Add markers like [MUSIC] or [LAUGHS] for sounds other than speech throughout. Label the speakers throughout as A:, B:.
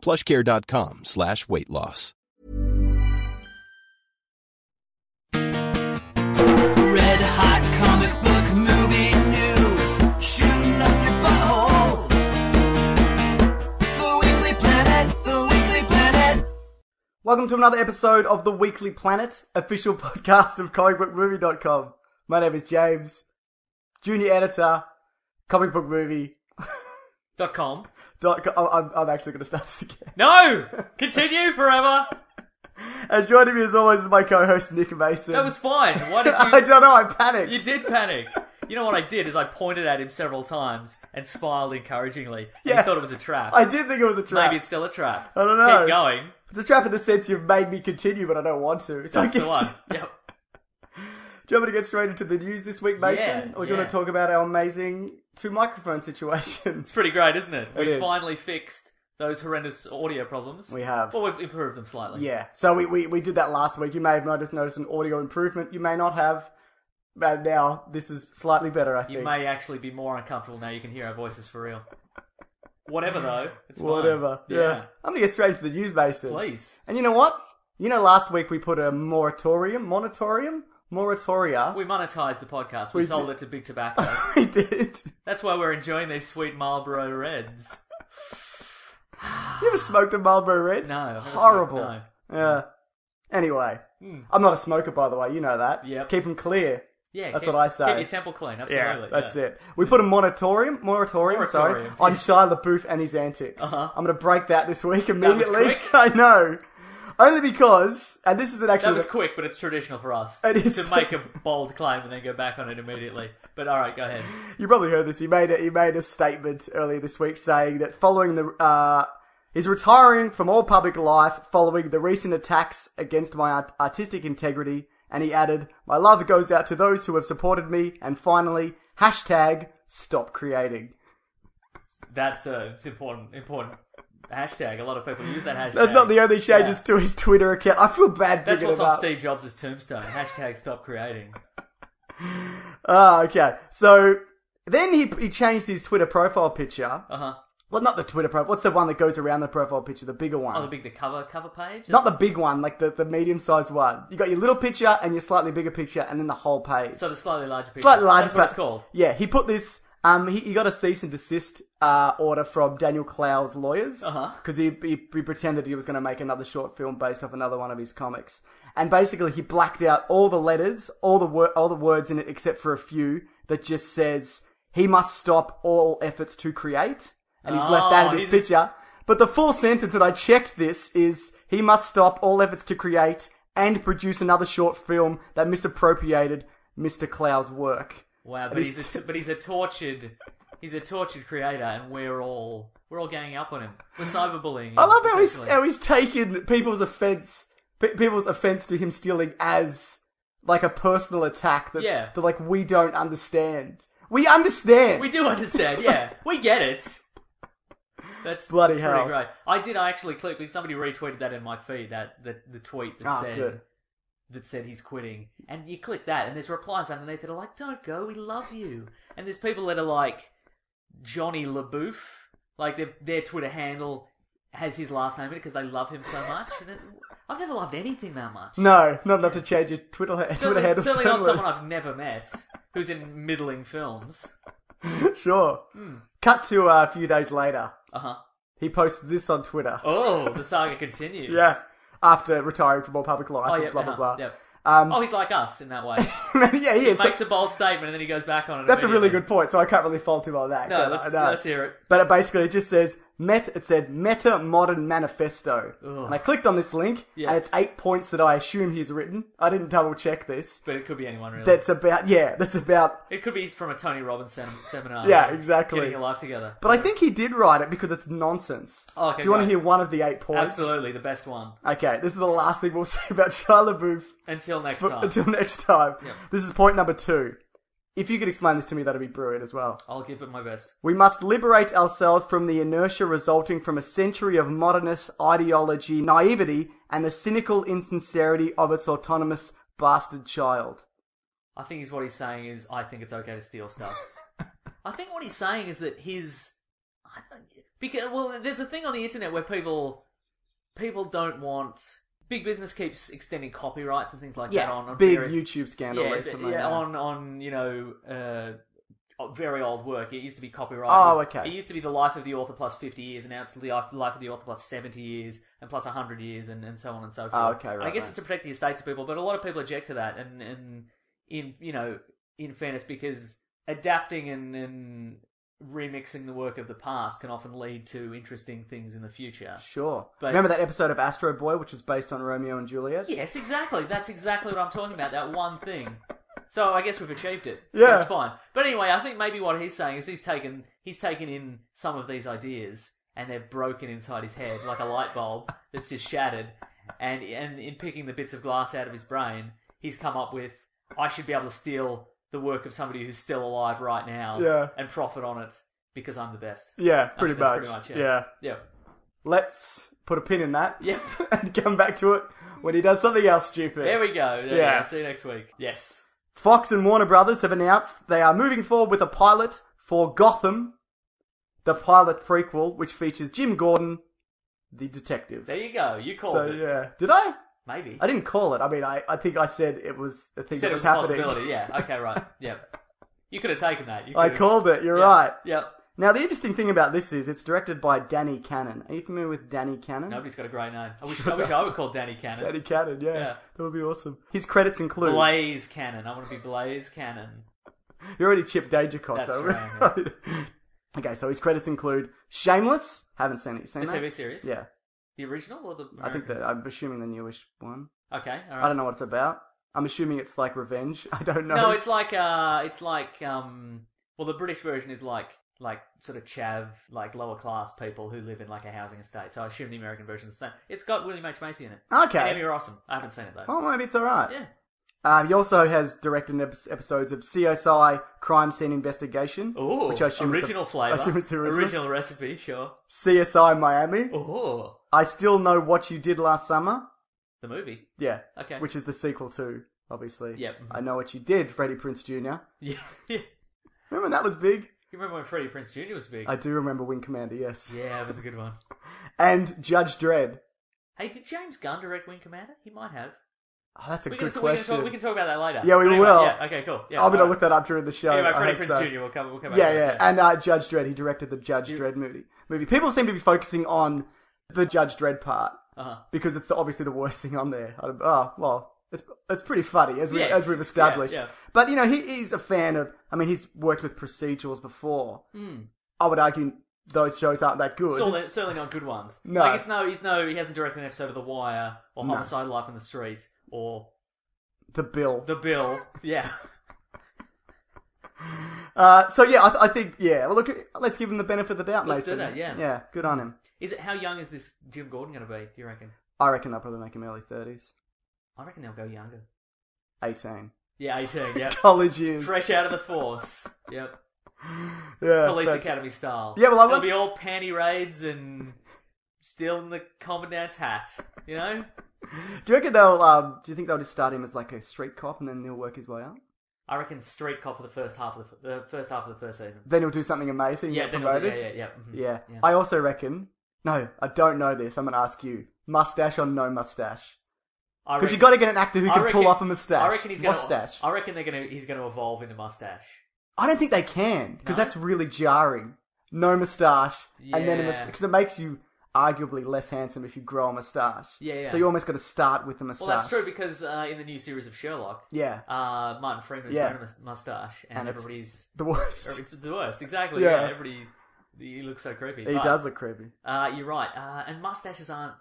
A: Plushcare.com slash weight loss.
B: Red hot comic book movie news, shooting up your butthole. The Weekly Planet, the Weekly Planet.
C: Welcome to another episode of The Weekly Planet, official [LAUGHS] podcast of comicbookmovie.com. My name is James, junior editor, comicbookmovie.com.
D: Dot com.
C: I'm, I'm- I'm actually going to start this again. [LAUGHS]
D: No! Continue forever!
C: And joining me as always is my co-host Nick Mason. [LAUGHS]
D: That was fine. Why did
C: I
D: you.
C: don't know, I [LAUGHS] panicked.
D: You did panic. You know what I did is I pointed at him several times and smiled encouragingly. Yeah.
C: Yeah.
D: He thought it was a trap.
C: I did think it was a trap.
D: Maybe it's still a trap.
C: I don't know.
D: Keep going.
C: It's a trap in the sense you've made me continue, but I don't want to. So I
D: That's the
C: guess- [LAUGHS]
D: one. Yep.
C: Do you want me to get straight into the news this week, Mason?
D: Yeah,
C: or do you
D: yeah.
C: want to talk about our amazing two microphone situation?
D: It's pretty great, isn't it? We
C: is.
D: finally fixed those horrendous audio
C: [LAUGHS]
D: problems.
C: We have.
D: Well, we've improved them slightly.
C: Yeah. So we, we, we did that last week. You may have noticed noticed an audio improvement. You may not have. But now this is slightly better, I think.
D: You may actually be more uncomfortable now you can hear our voices for real. Whatever, though. It's fine.
C: Whatever. Yeah. I'm gonna get straight into the news, Mason.
D: Please.
C: And you know what? You know, last week we put a moratorium, moratorium, moratoria.
D: We monetized the podcast. We,
C: We
D: sold
C: did.
D: it to Big Tobacco.
C: [LAUGHS] We did.
D: That's why we're enjoying these sweet Marlboro Reds.
C: You ever smoked a Marlboro Red?
D: No, I've never smoked-
C: horrible.
D: no. Hmm.
C: Yeah. Anyway, I'm not a smoker, by the way. You know that.
D: Yep.
C: Keep them clear.
D: Yeah,
C: That's
D: keep-
C: what I say.
D: Keep your temple clean, absolutely.
C: that's it. We put a moratorium, moratorium, sorry,
D: Moratorium.
C: on Shia LaBeouf and his antics.
D: Uh-huh.
C: I'm going to break that this week
D: was
C: immediately.
D: quick.
C: [LAUGHS] I know, only because, and this isn't actually
D: That was
C: the-
D: quick, but it's traditional for us
C: It is.
D: to make a bold claim and then go back on it immediately. But all right, go ahead.
C: you probably heard this. He made a, he made a statement earlier this week saying that following the uh, he's retiring from all public life following the recent attacks against my art- artistic integrity, and he added, "My love goes out to those who have supported me, and finally, hashtag stop creating."
D: That's uh, it's important, important hashtag. A lot of people use that hashtag.
C: That's not the only changes
D: Yeah.
C: to his Twitter account. I feel bad
D: That's
C: thinking
D: what's on
C: about.
D: Steve Jobs' tombstone. Hashtag stop creating.
C: Ah, okay. So then he he changed his Twitter profile picture.
D: Uh huh.
C: Well, not the Twitter profile. What's the one that goes around the profile picture? The bigger one.
D: Oh, the big the cover cover page.
C: Not the big one, like the, the medium sized one. You got your little picture and your slightly bigger picture, and then the whole page.
D: so the slightly larger picture.
C: slightly larger.
D: That's what it's
C: but-
D: called.
C: Yeah, he put this. Um, he, he got a cease and desist uh, order from Daniel Clow's lawyers
D: Uh-huh.
C: because he, he he pretended he was going to make another short film based off another one of his comics, and basically he blacked out all the letters, all the wor- all the words in it except for a few that just says he must stop all efforts to create, and he's left
D: Oh,
C: out of this
D: he didn't-
C: picture. But the full sentence that I checked this is he must stop all efforts to create and produce another short film that misappropriated Mr. Clow's work.
D: Wow, but
C: And
D: he's,
C: he's-
D: a, but he's a tortured he's a tortured creator, and we're all we're all ganging up on him. We're cyberbullying. him,
C: I love how he's
D: essentially.
C: how he's taken people's offense, pe- people's offense to him stealing as like a personal attack that's
D: Yeah.
C: that like we don't understand. We understand.
D: we do understand. Yeah, we get it. That's
C: Bloody
D: that's pretty
C: hell.
D: Great. I did. I actually clicked. Somebody retweeted that in my feed. That the, the tweet that
C: Ah,
D: said
C: good.
D: that said he's quitting, and you click that, and there's replies underneath that are like, "Don't go, we love you," and there's people that are like Johnny LaBouffe, like their their Twitter handle has his last name in it because they love him so much. And it, I've never loved anything that much.
C: No, not enough to change your Twitter, [LAUGHS] Twitter
D: certainly,
C: handle. [LAUGHS]
D: certainly not
C: somewhere.
D: someone I've never met who's in middling films.
C: Sure.
D: Hmm.
C: Cut to uh, a few days later.
D: Uh huh.
C: He posts this on Twitter.
D: Oh, the saga continues.
C: Yeah. after retiring from all public life.
D: Oh
C: and
D: yeah,
C: blah blah
D: uh-huh,
C: blah.
D: yep.
C: Um,
D: oh, he's like us in that way.
C: [LAUGHS] yeah, he is.
D: Makes a bold statement and then he goes back on it.
C: That's a really
D: immediately.
C: good point. So I can't really fault him on that.
D: No,
C: can I?
D: let's,
C: No.
D: let's hear it.
C: But it basically it just says Met. It said Meta Modern Manifesto, and I clicked on this link,
D: Yeah.
C: and it's eight points that I assume he's written. I didn't double check this.
D: But it could be anyone really.
C: That's about yeah. That's about.
D: It could be from a Tony Robbins sem- seminar.
C: Yeah, exactly.
D: Getting your life together.
C: But I think he did write it because it's nonsense.
D: Oh, okay,
C: Do you want to
D: great.
C: hear one of the eight points?
D: Absolutely, the best one.
C: Okay, this is the last thing we'll [LAUGHS] say about Shia LaBeouf
D: Until next
C: for-
D: time,
C: until [LAUGHS] next time. This is point number two. If you could explain this to me, that'd be brilliant as well.
D: I'll give it my best.
C: We must liberate ourselves from the inertia resulting from a century of modernist ideology, naivety, and the cynical insincerity of its autonomous bastard child.
D: I think is what he's saying is I think it's okay to steal stuff. I think what he's saying is that his I don't- because well, there's a thing on the internet where people people don't want big business keeps extending copyrights and things like that on, on
C: big
D: various-
C: YouTube scandal
D: yeah,
C: recently.
D: yeah,
C: yeah.
D: on on you know uh, very old work. It used to be copyright.
C: Oh, okay.
D: It used to be the life of the author plus fifty years, and now it's the life, life of the author plus seventy years and plus hundred years, and, and so on and so forth.
C: Oh, okay,
D: And I
C: right,
D: guess
C: right.
D: it's to protect the estates of people, but a lot of people object to that, and and in you know in fairness, because adapting and and remixing the work of the past can often lead to interesting things in the future.
C: Sure.
D: But-
C: Remember that episode of Astro Boy, which was based on Romeo and Juliet?
D: Yes, exactly. That's exactly what I'm talking about. That one thing. So I guess we've achieved it.
C: Yeah.
D: that's fine. But anyway, I think maybe what he's saying is he's taken he's taken in some of these ideas and they're broken inside his head like a light bulb that's just shattered. And and in picking the bits of glass out of his brain, he's come up with I should be able to steal the work of somebody who's still alive right now
C: Yeah.
D: and profit on it because I'm the best.
C: Yeah,
D: I
C: pretty
D: think Oh, that's
C: much.
D: pretty much,
C: yeah.
D: yeah. Yeah.
C: Let's put a pin in that.
D: Yep.
C: [LAUGHS] and come back to it when he does something else stupid.
D: There we go. There
C: Yeah.
D: We go. See you next week. Yes.
C: Fox and Warner Brothers have announced they are moving forward with a pilot for Gotham, the pilot prequel, which features Jim Gordon, the detective.
D: There you go. You called
C: so
D: it.
C: yeah, did I?
D: Maybe.
C: I didn't call it. I mean, I, I think I said it was a thing
D: You said
C: that
D: it
C: was,
D: was a
C: happening.
D: possibility. Yeah. Okay. Right. Yep. You could have taken that.
C: [LAUGHS]
D: You
C: I
D: could've-
C: called it. You're
D: Yeah.
C: right.
D: Yep.
C: Now the interesting thing about this is it's directed by Danny Cannon. Are you familiar with Danny Cannon?
D: Nobody's got a great name. I wish I, wish I would call Danny Cannon.
C: Danny Cannon. Yeah.
D: Yeah.
C: that would be awesome. His credits include.
D: Blaze Cannon. I want to be Blaze Cannon.
C: You already chipped Dangercock
D: That's
C: though.
D: right,
C: [LAUGHS] okay, so his credits include Shameless. Haven't seen it. You
D: The
C: seen
D: TV
C: that?
D: series.
C: Yeah,
D: The original or the?
C: I think
D: American? Uh,
C: that I'm assuming the newish one.
D: Okay. All right.
C: I don't know what it's about. I'm assuming it's like revenge. [LAUGHS] I don't know.
D: No, it's like uh, it's like um, well, the British version is like like sort of chav, like lower class people who live in like a housing estate. So I assume the American version is the same. It's got William H Macy in it. And Emmy
C: okay.
D: Rossum. I haven't seen it though.
C: Oh, maybe it's all right.
D: Yeah.
C: Um, he also has directed ep- episodes of CSI: Crime Scene Investigation,
D: Ooh,
C: which I assume is the-
D: original
C: I assume
D: flavor,
C: it's the original.
D: recipe, sure.
C: CSI Miami.
D: Oh,
C: I still know what you did last summer.
D: the movie. [LAUGHS]
C: Yeah,
D: Okay.
C: which is the sequel to, obviously.
D: Yep. mhm.
C: I know what you did, Freddie Prince Jr.
D: Yeah, yeah.
C: Remember when that was big?
D: You remember when Freddie Prince Jr. was big?
C: I do remember Wing Commander, yes.
D: Yeah, it was a good one.
C: And Judge Dredd.
D: Hey, did James Gunn direct Wing Commander? He might have.
C: Oh, that's a
D: we,
C: good
D: can, so we, can
C: question.
D: talk, we can talk about that later.
C: Yeah, we
D: But anyway,
C: will.
D: Yeah, okay, cool. Yeah,
C: I'm going to
D: alright.
C: look that up during the show.
D: Anyway,
C: I
D: Freddie
C: hope
D: Prince
C: so.
D: Jr. will come. We'll come back
C: Yeah,
D: to
C: yeah.
D: that,
C: And uh, Judge Dredd, he directed the Judge
D: You-
C: Dredd movie. movie. People seem to be focusing on the Judge Dredd part
D: Uh-huh.
C: because it's the, obviously the worst thing on there. I don't- Oh, well, it's, it's pretty funny, as, we,
D: Yes.
C: as we've established.
D: Yeah, yeah.
C: But, you know, he, he's a fan of, I mean, he's worked with procedurals before.
D: Hmm.
C: I would argue those shows aren't that good.
D: Certainly, certainly not good ones.
C: No.
D: like it's no, he's no, he hasn't directed an episode of The Wire or Homicide: Life on the Street or
C: the Bill.
D: The Bill.
C: [LAUGHS]
D: yeah,
C: Uh, so yeah, I, th- I think yeah. Well, look, let's give him the benefit of the doubt,
D: Let's do
C: Mason.
D: that, yeah.
C: yeah. Good on him.
D: is it? How young is this Jim Gordon going to be? Do you reckon?
C: I reckon they'll probably make him early thirties,
D: I reckon they'll go younger.
C: eighteen,
D: Yeah, 18,
C: [LAUGHS]
D: yeah.
C: college years.
D: Fresh out of the force. Yep.
C: yeah, [LAUGHS]
D: Police
C: that's-
D: Academy style.
C: Yeah, well, I
D: It'll
C: want-
D: be all panty raids and stealing the commandant's hat, you know?
C: Do you reckon they'll? Um, do you think they'll just start him as like a street cop and then he'll work his way up?
D: I reckon street cop for the first half of the, the first half of the first season.
C: Then he'll do something amazing.
D: Yeah,
C: get
D: then it'll be-
C: promoted.
D: yeah, yeah, yeah. mhm.
C: yeah. I also reckon. No, I don't know this. I'm gonna ask you: mustache or no mustache?
D: I
C: Because you
D: reckon-
C: got to get an actor who
D: I
C: can
D: reckon-
C: pull off a mustache.
D: I reckon he's gonna,
C: mustache.
D: I reckon they're gonna he's gonna evolve into mustache.
C: I don't think they can because
D: No?
C: that's really jarring. No moustache and then a
D: Yeah.
C: mustache because it makes you arguably less handsome if you grow a moustache.
D: Yeah, yeah.
C: So you almost got to start with the moustache.
D: Well, that's true because uh, in the new series of Sherlock,
C: Yeah.
D: uh, Martin Freeman's
C: Yeah.
D: wearing a mus- mustache, and,
C: And it's-
D: everybody's
C: the worst.
D: it's the worst. Exactly.
C: Yeah.
D: Yeah. everybody. He looks so creepy.
C: He
D: But,
C: does look creepy.
D: Uh, you're right. Uh, and mustaches aren't.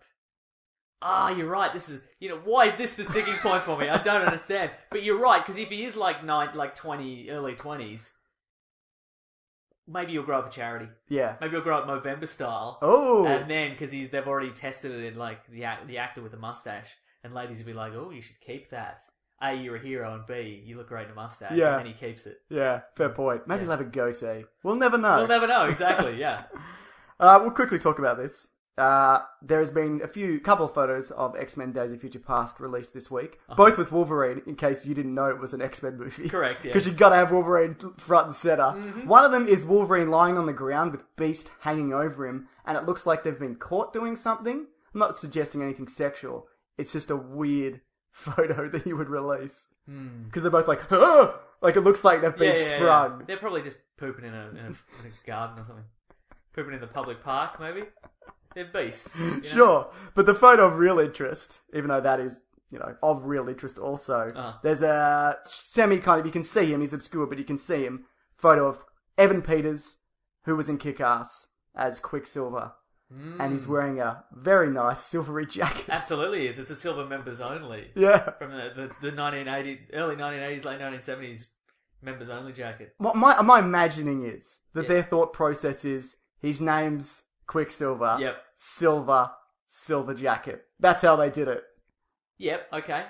D: Ah, you're right. This is you know why is this the sticking point for me? I don't understand. But you're right because if he is like nine, like twenty, early twenties, maybe you'll grow up a charity.
C: Yeah.
D: Maybe you'll grow up Movember style.
C: Oh.
D: And then, because he's they've already tested it in like the act, the actor with the mustache, and ladies will be like, "Oh, you should keep that. A, you're a hero, and B, you look great in a mustache."
C: Yeah.
D: And then he keeps it.
C: Yeah, fair point. Maybe
D: Yeah.
C: he'll have a goatee. We'll never know.
D: We'll never know exactly. Yeah.
C: Uh, we'll quickly talk about this. Uh, there has been a few couple of photos of X Men: Days of Future Past released this week,
D: Uh-huh.
C: both with Wolverine. In case you didn't know it was an X Men movie, [LAUGHS]
D: Correct, yes. Mm-hmm.
C: Because you've got to have Wolverine front and center. One of them is Wolverine lying on the ground with Beast hanging over him, and it looks like they've been caught doing something. I'm not suggesting anything sexual. It's just a weird [LAUGHS] photo that you would release because they're both like, "Huh!" like it looks like they've
D: Hmm. Yeah,
C: been
D: yeah, yeah.
C: sprung.
D: They're probably just pooping in a, in a, in a garden or something. Pooping in the public park, maybe. They're beasts. you know?
C: [LAUGHS] Sure, but the photo of real interest, even though that is, you know, of real interest also,
D: Uh.
C: there's a semi kind of, you can see him, he's obscure, but you can see him, photo of Evan Peters, who was in Kick Ass as Quicksilver, and he's
D: Hmm.
C: wearing a very nice silvery [LAUGHS] jacket.
D: Absolutely is. It's a silver members only
C: yeah.
D: from the, the the 1980 early 1980s late 1970s members only jacket.
C: What my, my imagining is that
D: Yeah.
C: their thought process is his name's Quicksilver,
D: Yep.
C: Silver, Silver Jacket. That's how they did it.
D: Yep. Okay.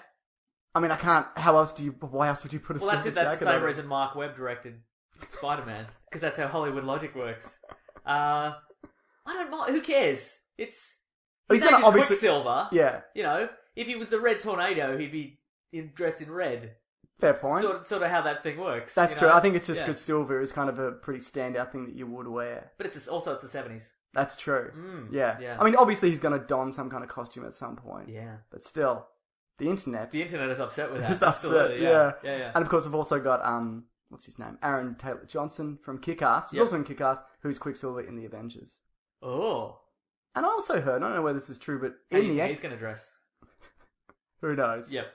C: I mean, I can't. How else do you? Why else would you put a
D: Well, that's
C: silver
D: it. That's
C: jacket
D: the same
C: on it?
D: reason Mark Webb directed Spider Man because that's how Hollywood logic works. Uh, I don't mind. Who cares? It's
C: Oh,
D: his
C: he's
D: name
C: gonna
D: is
C: obviously-
D: Quicksilver.
C: Yeah,
D: You know, if he was the Red Tornado, he'd be in, dressed in red.
C: fair point.
D: Sort, sort of how that thing works.
C: That's
D: you
C: true.
D: know?
C: I think it's just
D: Yeah.
C: because silver is kind of a pretty standout thing that you would wear.
D: But it's also it's the seventies.
C: That's true.
D: Mm,
C: yeah.
D: yeah.
C: I mean, obviously he's going to don some kind of costume at some point.
D: Yeah.
C: But still, the internet.
D: The internet is upset with
C: [LAUGHS]
D: that.
C: is upset,
D: Absolutely.
C: yeah.
D: Yeah. Yeah. yeah.
C: And of course, we've also got um, what's his name? Aaron Taylor Johnson from Kick-Ass. He's
D: Yep.
C: also in Kick-Ass, who's Quicksilver in the Avengers.
D: oh.
C: And I also heard, I don't know whether this is true, but
D: How
C: in
D: do you
C: the
D: think
C: X,
D: he's gonna dress.
C: who knows?
D: Yep.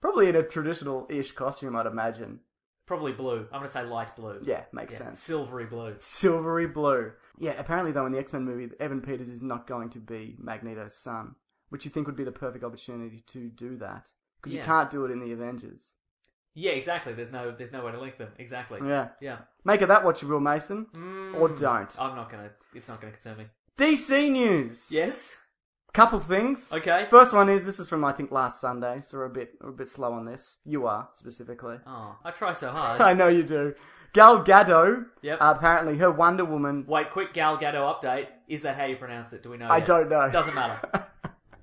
C: Probably in a traditional-ish costume, I'd imagine.
D: Probably blue. I'm gonna say light blue.
C: Yeah, makes sense.
D: Silvery blue.
C: Silvery blue. Yeah, apparently though in the X Men movie, Evan Peters is not going to be Magneto's son, which you think would be the perfect opportunity to do that because you
D: Yeah.
C: can't do it in the Avengers.
D: Yeah. Exactly. There's no. There's no way to link them. Exactly.
C: Yeah,
D: Yeah.
C: make of that what you will, Mason,
D: Hmm.
C: or don't.
D: I'm not gonna. It's not
C: [LAUGHS]
D: gonna concern me.
C: DC news.
D: Yes.
C: couple things.
D: Okay.
C: First one is this is from I think last Sunday, so we're a bit we're a bit slow on this. You are specifically.
D: Oh, I try so
C: [LAUGHS]
D: hard.
C: I know you do. Gal Gadot.
D: Yep.
C: apparently, her Wonder Woman.
D: Wait, quick Gal Gadot update. Is that how you pronounce it? Do we know?
C: I
D: yet?
C: don't know.
D: Doesn't matter.
C: [LAUGHS]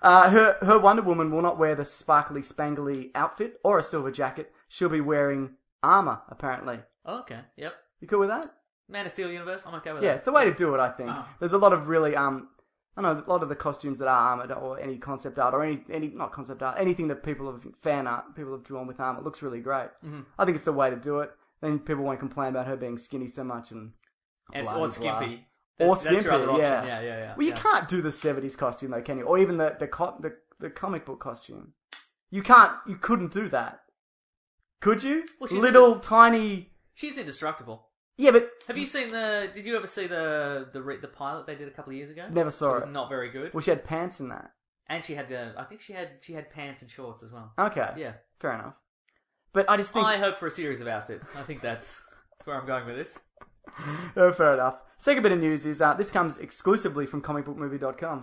C: Uh, her her Wonder Woman will not wear the sparkly spangly outfit or a silver jacket. She'll be wearing armor. Apparently,
D: Oh, okay. Yep.
C: you cool with that?
D: Man of Steel universe. I'm okay with
C: Yeah,
D: that.
C: it's the way to do it. I think
D: Oh.
C: there's a lot of really um. I know a lot of the costumes that are armored, or any concept art, or any any not concept art, anything that people have fan art people have drawn with armor looks really great. Mm-hmm. I think it's the way to do it. Then people won't complain about her being skinny so much, and
D: And it's
C: Blah,
D: or
C: blah.
D: skimpy.
C: or
D: That's- that's your other
C: skimpy,
D: option.
C: yeah.
D: yeah, yeah, yeah.
C: Well, you
D: yeah.
C: can't do the '70s costume though, can you? Or even the the, co- the the comic book costume. You can't. You couldn't do that. Could you?
D: Well, she's-
C: Little tiny.
D: She's indestructible.
C: Yeah, but
D: Have you seen the? Did you ever see the the re- the pilot they did a couple of years ago?
C: Never saw
D: It was
C: it.
D: not very good.
C: well, she had pants in that.
D: And she had the. I think she had she had pants and shorts as well.
C: Okay.
D: Yeah.
C: Fair enough. But I just think.
D: I hope for a series of outfits. I think that's that's where I'm going with this.
C: Oh, fair enough. Second bit of news is uh, this comes exclusively from comicbookmovie.com.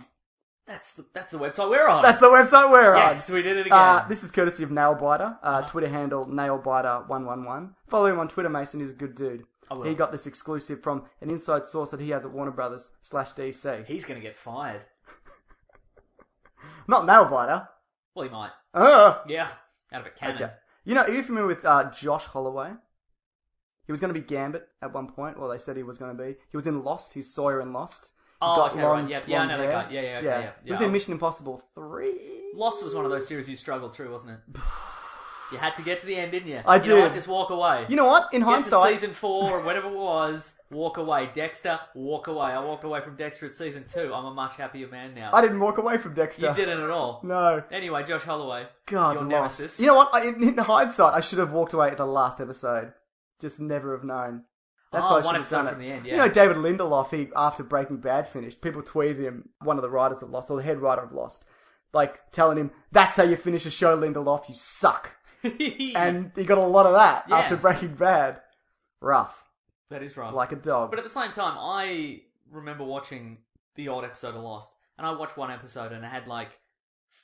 D: That's the that's the website we're on.
C: That's the website we're on.
D: yes, we did it again. Uh-huh.
C: Uh, this is courtesy of Nailbiter, uh, Twitter handle Nailbiter111. Follow him on Twitter, Mason. He's a good dude.
D: will.
C: He got this exclusive from an inside source that he has at Warner Brothers slash DC.
D: He's gonna get fired.
C: Not Nailbiter.
D: Well, he might.
C: Uh,
D: Yeah, out of a cannon.
C: okay. You know, are you familiar with uh, Josh Holloway? He was going to be Gambit at one point. Well, they said he was going to be. He was in Lost. He's Sawyer in Lost. He's
D: Oh,
C: got
D: okay,
C: long,
D: right. Yeah, yeah, I
C: long
D: know that
C: hair.
D: guy. Yeah, yeah, okay, yeah,
C: He was
D: yeah.
C: in Mission Impossible 3. [SIGHS]
D: Lost was one of those series you struggled through, wasn't it? You had to get to the end, didn't you?
C: I
D: you Know
C: did.
D: what? Just walk away.
C: You know what? In
D: Get to
C: hindsight,
D: season four or whatever it was, walk away. Dexter, walk away. I walked away from Dexter at season two. I'm a much happier man now.
C: I didn't walk away from Dexter.
D: you didn't at all.
C: [LAUGHS] No.
D: Anyway, Josh Holloway.
C: God,
D: your
C: lost.
D: nemesis.
C: You know what? I, in, in hindsight, I should have walked away at the last episode. Just never have known. That's
D: Oh,
C: how I
D: one
C: should have
D: episode
C: done it.
D: from the end,
C: You
D: yeah.
C: know, David Lindelof, he, after Breaking Bad finished, people tweeted him, one of the writers of Lost, or the head writer of Lost, like telling him, that's how you finish a show, Lindelof, you
D: [LAUGHS]
C: suck. And he got a lot of that
D: Yeah.
C: after Breaking Bad. Rough.
D: that is right.
C: Like a dog.
D: But at the same time, I remember watching the odd episode of Lost, and I watched one episode, and it had like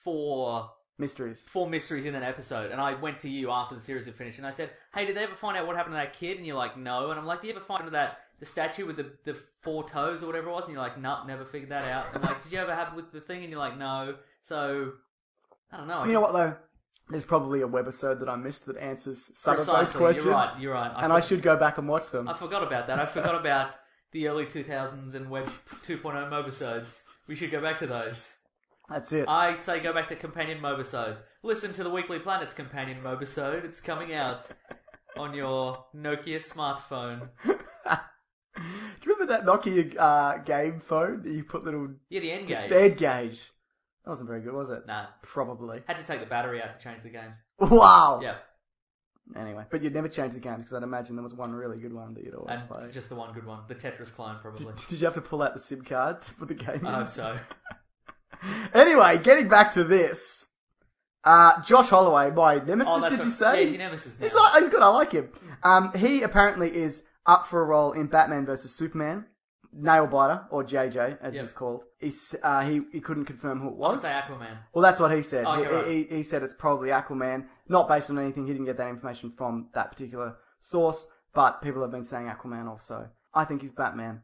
D: four
C: Mysteries.
D: four mysteries in an episode, and I went to you after the series had finished, and I said, "Hey, did they ever find out what happened to that kid?" And you're like, "No," and I'm like, "Did you ever find out that the statue with the the four toes or whatever it was?" And you're like, "No, never figured that out." And I'm like, "Did you ever have with the thing?" And you're like, "No." So I don't know.
C: You know what, though? There's probably a webisode that I missed that answers some
D: Precisely.
C: of those questions.
D: You're right. You're right. I
C: and I
D: forgot-
C: should go back and watch them.
D: I forgot about that. I forgot about the early 2000s and Web 2.0 mobisodes. We should go back to those.
C: That's it.
D: I say go back to companion mobisodes. Listen to the Weekly Planet's companion mobisode. It's coming out on your Nokia smartphone.
C: Do you remember that Nokia uh, game phone that you put little
D: Yeah, the end game.
C: dead gauge? That wasn't very good, was it?
D: Nah.
C: Probably.
D: Had to take the battery out to change the games.
C: Wow.
D: Yeah,
C: Anyway, but you'd never change the games because I'd imagine there was one really good one that you'd always
D: and
C: play.
D: Uh, just the one good one, the Tetris clone probably.
C: Did you have to pull out the SIM card to put the game in?
D: I hope so.
C: Anyway, getting back to this. Uh, Josh Holloway, my nemesis,
D: Oh, that's
C: did
D: what-
C: you say?
D: yeah, he's your nemesis now.
C: He's, like, he's good, I like him. Um, he apparently is up for a role in Batman vs. Superman. Nailbiter, or JJ, as
D: Yep.
C: he's called. He's, uh, he, he couldn't confirm who it
D: I would
C: was.
D: say Aquaman.
C: Well, that's what he said.
D: Oh, you're
C: he, he, he said it's probably Aquaman, not based on anything. He didn't get that information from that particular source, but people have been saying Aquaman also. I think he's Batman.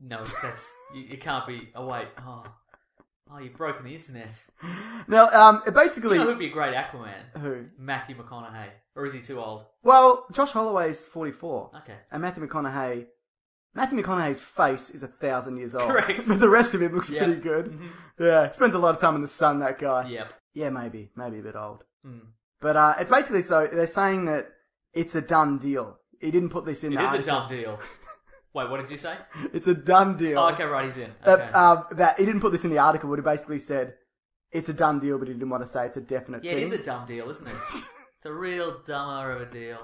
D: No, that's you, you can't be. Oh wait, oh, oh, you've broken the internet.
C: Now, um, basically,
D: You know who'd be a great Aquaman?
C: who?
D: Matthew McConaughey, or is he too old?
C: Well, Josh Holloway's forty-four,
D: Okay.
C: and Matthew McConaughey. Matthew McConaughey's face is a thousand years old, [LAUGHS]
D: Correct.
C: but the rest of it looks
D: Yeah.
C: pretty good.
D: Mhm.
C: Yeah, spends a lot of time in the sun. That guy.
D: Yep.
C: Yeah, maybe, maybe a bit old.
D: Mm.
C: But uh, it's basically so they're saying that it's a done deal. He didn't put this in.
D: It
C: the
D: is a
C: article.
D: dumb deal. Wait, what did you say?
C: It's a done deal.
D: Oh, okay, right, he's in.
C: That,
D: Okay.
C: um, that he didn't put this in the article, but he basically said it's a done deal, but he didn't want to say it's a definite
D: yeah,
C: thing.
D: it is a dumb deal, isn't it? It's a real dumber of a deal.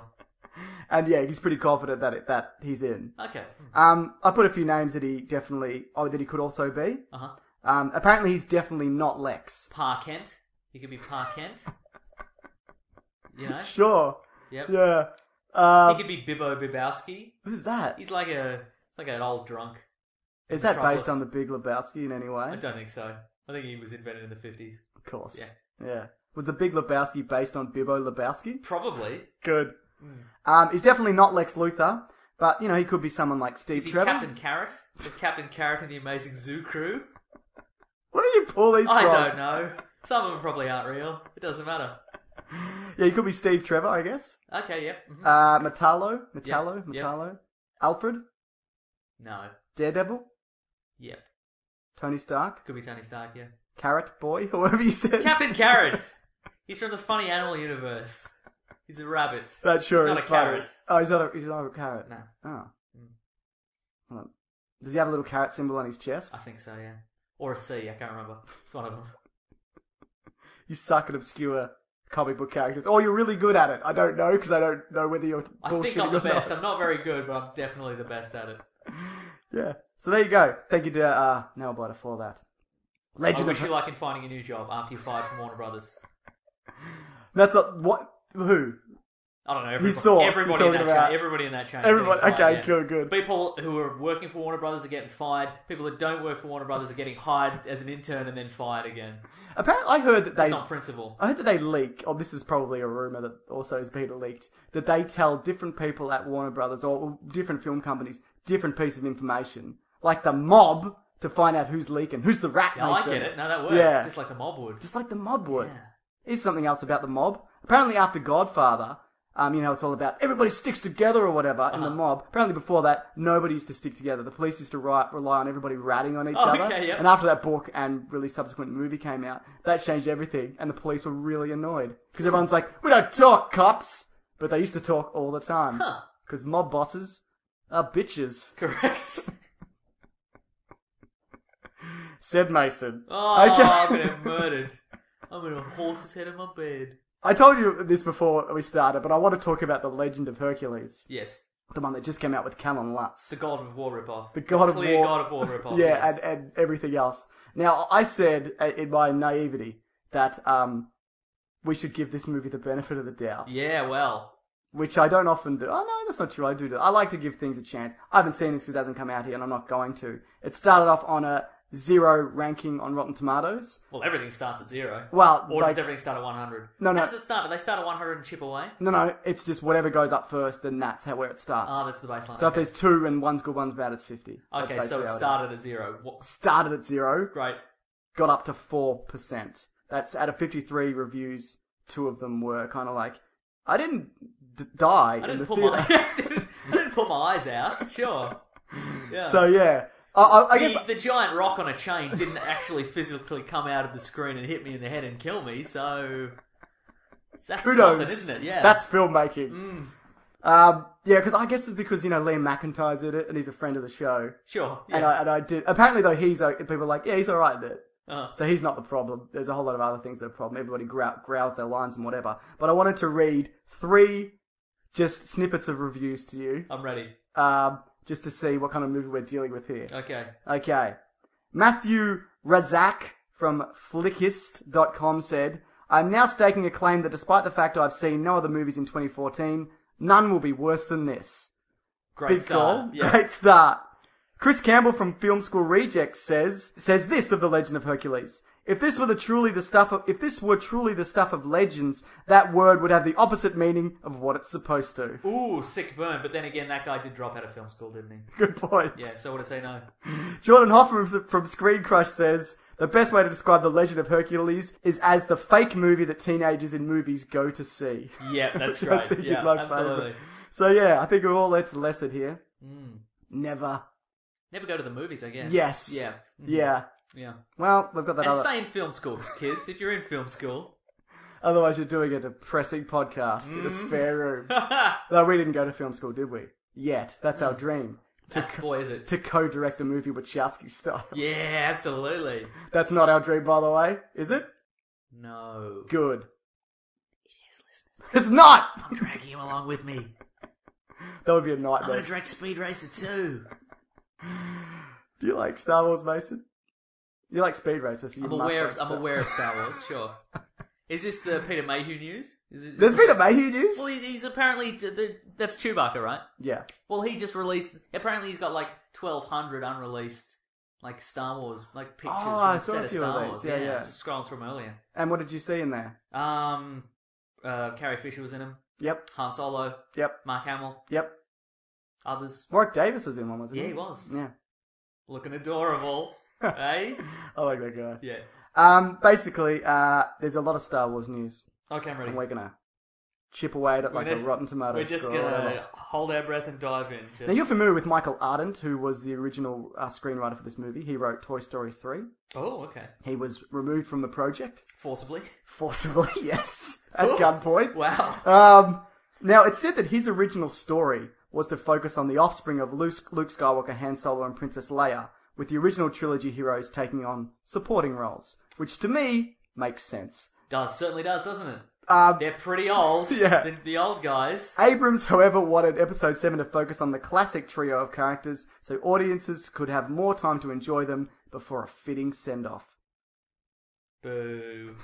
C: and yeah, he's pretty confident that it, that he's in.
D: Okay.
C: Um, I put a few names that he definitely, oh, that he could also be.
D: Uh huh.
C: Um, apparently he's definitely not Lex.
D: Par Kent. You could be Par Kent. You know?
C: Sure.
D: Yep.
C: Yeah. Um,
D: He could be Bibbo Bibowski.
C: who's that?
D: He's like a like an old drunk.
C: Is that
D: Metropolis.
C: based on the Big Lebowski in any
D: I
C: way?
D: don't think so. I think he was invented in the fifties.
C: Of course.
D: Yeah.
C: Yeah. Was the Big Lebowski based on Bibbo Lebowski?
D: Probably.
C: Good. Um, he's definitely not Lex Luthor, but you know he could be someone like Steve
D: Is he
C: Trevor.
D: Captain Carrot? Is Captain Carrot in the Amazing Zoo Crew?
C: Where do you pull these
D: I
C: from?
D: don't know. Some of them probably aren't real. It doesn't matter.
C: Yeah, you could be Steve Trevor, I guess.
D: Okay, yep. mhm.
C: Uh, Metallo, Metallo,
D: Yeah, yeah.
C: Metallo, Alfred,
D: No.
C: Daredevil,
D: Yep.
C: Tony Stark,
D: Could be Tony Stark, yeah.
C: Carrot Boy, [LAUGHS] whoever you said.
D: Captain Carrot! [LAUGHS] He's from the funny animal universe. He's a rabbit.
C: that sure
D: He's
C: is
D: not a
C: funny.
D: carrot.
C: Oh, he's not a, he's not a carrot.
D: No. Hmm.
C: Oh. Hold on. Does he have a little carrot symbol on his chest?
D: I think so, yeah. Or a C, I can't remember. It's one of them.
C: You suck at obscure comic book characters, or you're really good at it. I don't know because I don't know whether you're
D: I
C: bullshitting
D: think I'm the
C: or
D: best.
C: not.
D: I'm not very good, but I'm definitely the best at it.
C: [LAUGHS] Yeah. So there you go. Thank you to uh, Nailbiter for that.
D: I
C: Legend
D: wish
C: of
D: you luck in finding a new job after you fired from Warner Brothers.
C: that's not what who
D: I don't know.
C: You
D: Everybody,
C: saw us, you're
D: everybody
C: talking
D: in that
C: about-
D: chain. Everybody in that chain. is
C: Everybody-
D: getting
C: okay,
D: fired,
C: good, good.
D: People who are working for Warner Brothers are getting fired. People that don't work for Warner Brothers are getting hired as an intern and then fired again.
C: apparently I heard that
D: That's
C: they
D: not principle.
C: I heard that they leak, or this is probably a rumor that also has been leaked, that they tell different people at Warner Brothers or different film companies different pieces of information, like the mob, to find out who's leaking, who's the rat.
D: Yeah,
C: they
D: I
C: said.
D: get it. No, that works.
C: Yeah,
D: Just [LAUGHS] like the mob would.
C: Just like the mob would.
D: Yeah.
C: Here's something else about the mob. Apparently, after Godfather, Um, you know, it's all about everybody sticks together or whatever in
D: Uh-huh.
C: the mob. Apparently, before that, nobody used to stick together. The police used to ri rely on everybody ratting on each
D: Oh,
C: other.
D: okay, yep.
C: And after that book and really subsequent movie came out, that changed everything. And the police were really annoyed because
D: Hmm.
C: everyone's like, "We don't talk cops," but they used to talk all the time because mob bosses are bitches.
D: Correct.
C: Said Mason.
D: Oh, I'm gonna have murdered. I'm gonna horse his head in my bed.
C: [LAUGHS] I told you this before we started, but I want to talk about the Legend of Hercules,
D: Yes,
C: the one that just came out with Callan Lutz.
D: the God of War ripoff.
C: The God of
D: Clear
C: War.
D: God of War ripoff.
C: yeah,
D: yes.
C: and, and everything else. Now, I said uh, in my naivety that um, we should give this movie the benefit of the doubt,
D: yeah. Well,
C: which I don't often do. Oh no, that's not true. I do. do I like to give things a chance. I haven't seen this because it hasn't come out here, and I'm not going to. It started off on a zero ranking on Rotten Tomatoes.
D: well, everything starts at zero.
C: Well,
D: or
C: like-
D: does everything start at 100?
C: No, no.
D: How does it start? Do they start at 100 and chip away?
C: No, no, it's just whatever goes up first, then that's how where it starts.
D: Ah, that's the baseline.
C: so if
D: okay,
C: there's two and one's good, one's bad, it's fifty. That's
D: okay
C: basically
D: so it
C: how is.
D: started at zero. What?
C: started at zero,
D: Great.
C: got up to four percent. That's out of fifty-three reviews. Two of them were kind of like, I didn't d- die
D: I
C: in the
D: didn't pull
C: theater.
D: my I didn't, [LAUGHS] I didn't pull my eyes out. Sure. Yeah.
C: [LAUGHS] so yeah, I, I, I guess
D: the, the giant rock on a chain didn't actually physically come out of the screen and hit me in the head and kill me. So that's
C: kudos,
D: something, isn't it? Yeah. Mm.
C: that's filmmaking. Um, yeah, because I guess it's because you know Liam McIntyre's in it and he's a friend of the show.
D: sure.
C: And
D: Yeah.
C: I and I did apparently though he's o- people are like yeah he's all right with it.
D: Uh,
C: So he's not the problem. There's a whole lot of other things that are a problem. Everybody grow- growls their lines and whatever. But I wanted to read three just snippets of reviews to you,
D: I'm ready.
C: um, just to see what kind of movie we're dealing with here.
D: Okay.
C: Okay. Matthew Razak from Flickist.com said, I'm now staking a claim that despite the fact I've seen no other movies in 2014, none will be worse than this.
D: Great
C: Big
D: start.
C: goal.
D: Yeah.
C: Great start. Chris Campbell from Film School Rejects says says this of the Legend of Hercules. If this were the truly the stuff of if this were truly the stuff of legends, that word would have the opposite meaning of what it's supposed to. [LAUGHS]
D: Ooh, sick burn. But then again, that guy did drop out of film school, didn't he?
C: Good point.
D: Yeah. So what do I say no?
C: Jordan Hoffman from, from Screen Crush says the best way to describe the Legend of Hercules is as the fake movie that teenagers in movies go to see. [LAUGHS]
D: Yeah, that's
C: Which I
D: right.
C: think is
D: Yeah,
C: my
D: absolutely.
C: favourite. So yeah, I think we've all learnt a lesson here.
D: Mm.
C: Never.
D: Never go to the movies, I guess.
C: Yes.
D: Yeah. Mm-hmm.
C: Yeah.
D: Yeah.
C: Well, we've got that
D: And
C: other.
D: stay in film school, kids. If you're in film school. [LAUGHS]
C: Otherwise, you're doing a depressing podcast in a spare
D: [LAUGHS]
C: room. Though we didn't go to film school, did we? Yet. That's our dream. To,
D: That boy, is it?
C: to co-direct a movie Wachowski style.
D: Yeah, absolutely.
C: [LAUGHS] That's not our dream, by the way. Is it?
D: No.
C: Good. It's not!
D: I'm dragging him along with me.
C: That would be a
D: I'm [LAUGHS] going
C: nightmare.
D: to direct Speed Racer 2.
C: Do you like Star Wars, Mason? You like Speed Racer, so you
D: I'm
C: must
D: aware
C: like
D: of, I'm
C: Star-
D: aware of Star Wars, sure. Is this the Peter Mayhew news? Is it,
C: There's been a Mayhew news?
D: Well, he- he's apparently. the- That's Chewbacca, right?
C: yeah.
D: Well, he just released. Apparently, he's got like 1,200 unreleased. Like Star Wars, like pictures.
C: Oh,
D: from
C: I
D: the
C: saw
D: set
C: a few of
D: Star
C: those.
D: Wars.
C: Yeah, yeah.
D: I was just scrolling through them earlier.
C: And what did you see in there?
D: Um, uh, Carrie Fisher was in him.
C: Yep,
D: Han Solo,
C: yep,
D: Mark Hamill,
C: yep.
D: others.
C: Warwick Davis was in one, wasn't
D: Yeah,
C: he?
D: he was.
C: Mm-hmm. Yeah.
D: Looking
C: [LAUGHS]
D: adorable, eh?
C: I like that guy.
D: Yeah.
C: Um, basically, uh, there's a lot of Star Wars news.
D: Okay, I'm ready.
C: and we're gonna chip away at it
D: We're
C: like a
D: gonna-
C: rotten tomato.
D: We're just
C: score
D: gonna
C: or whatever.
D: hold our breath and dive in. Just...
C: Now you're familiar with Michael Ardent, who was the original uh, screenwriter for this movie. He wrote Toy Story three.
D: Oh, okay.
C: He was removed from the project
D: Forcibly. [LAUGHS]
C: forcibly, [LAUGHS] yes, at
D: Ooh.
C: gunpoint.
D: Wow.
C: Um, now it's said that his original story was to focus on the offspring of Luke Luke Skywalker, Han Solo, and Princess Leia, with the original trilogy heroes taking on supporting roles, which to me makes sense.
D: Does certainly does, doesn't it?
C: Um,
D: They're pretty
C: [LAUGHS]
D: old.
C: Yeah.
D: The, the old guys.
C: Abrams, [LAUGHS] however, wanted Episode 7 to focus on the classic trio of characters so audiences could have more time to enjoy them before a fitting send off.
D: Boo.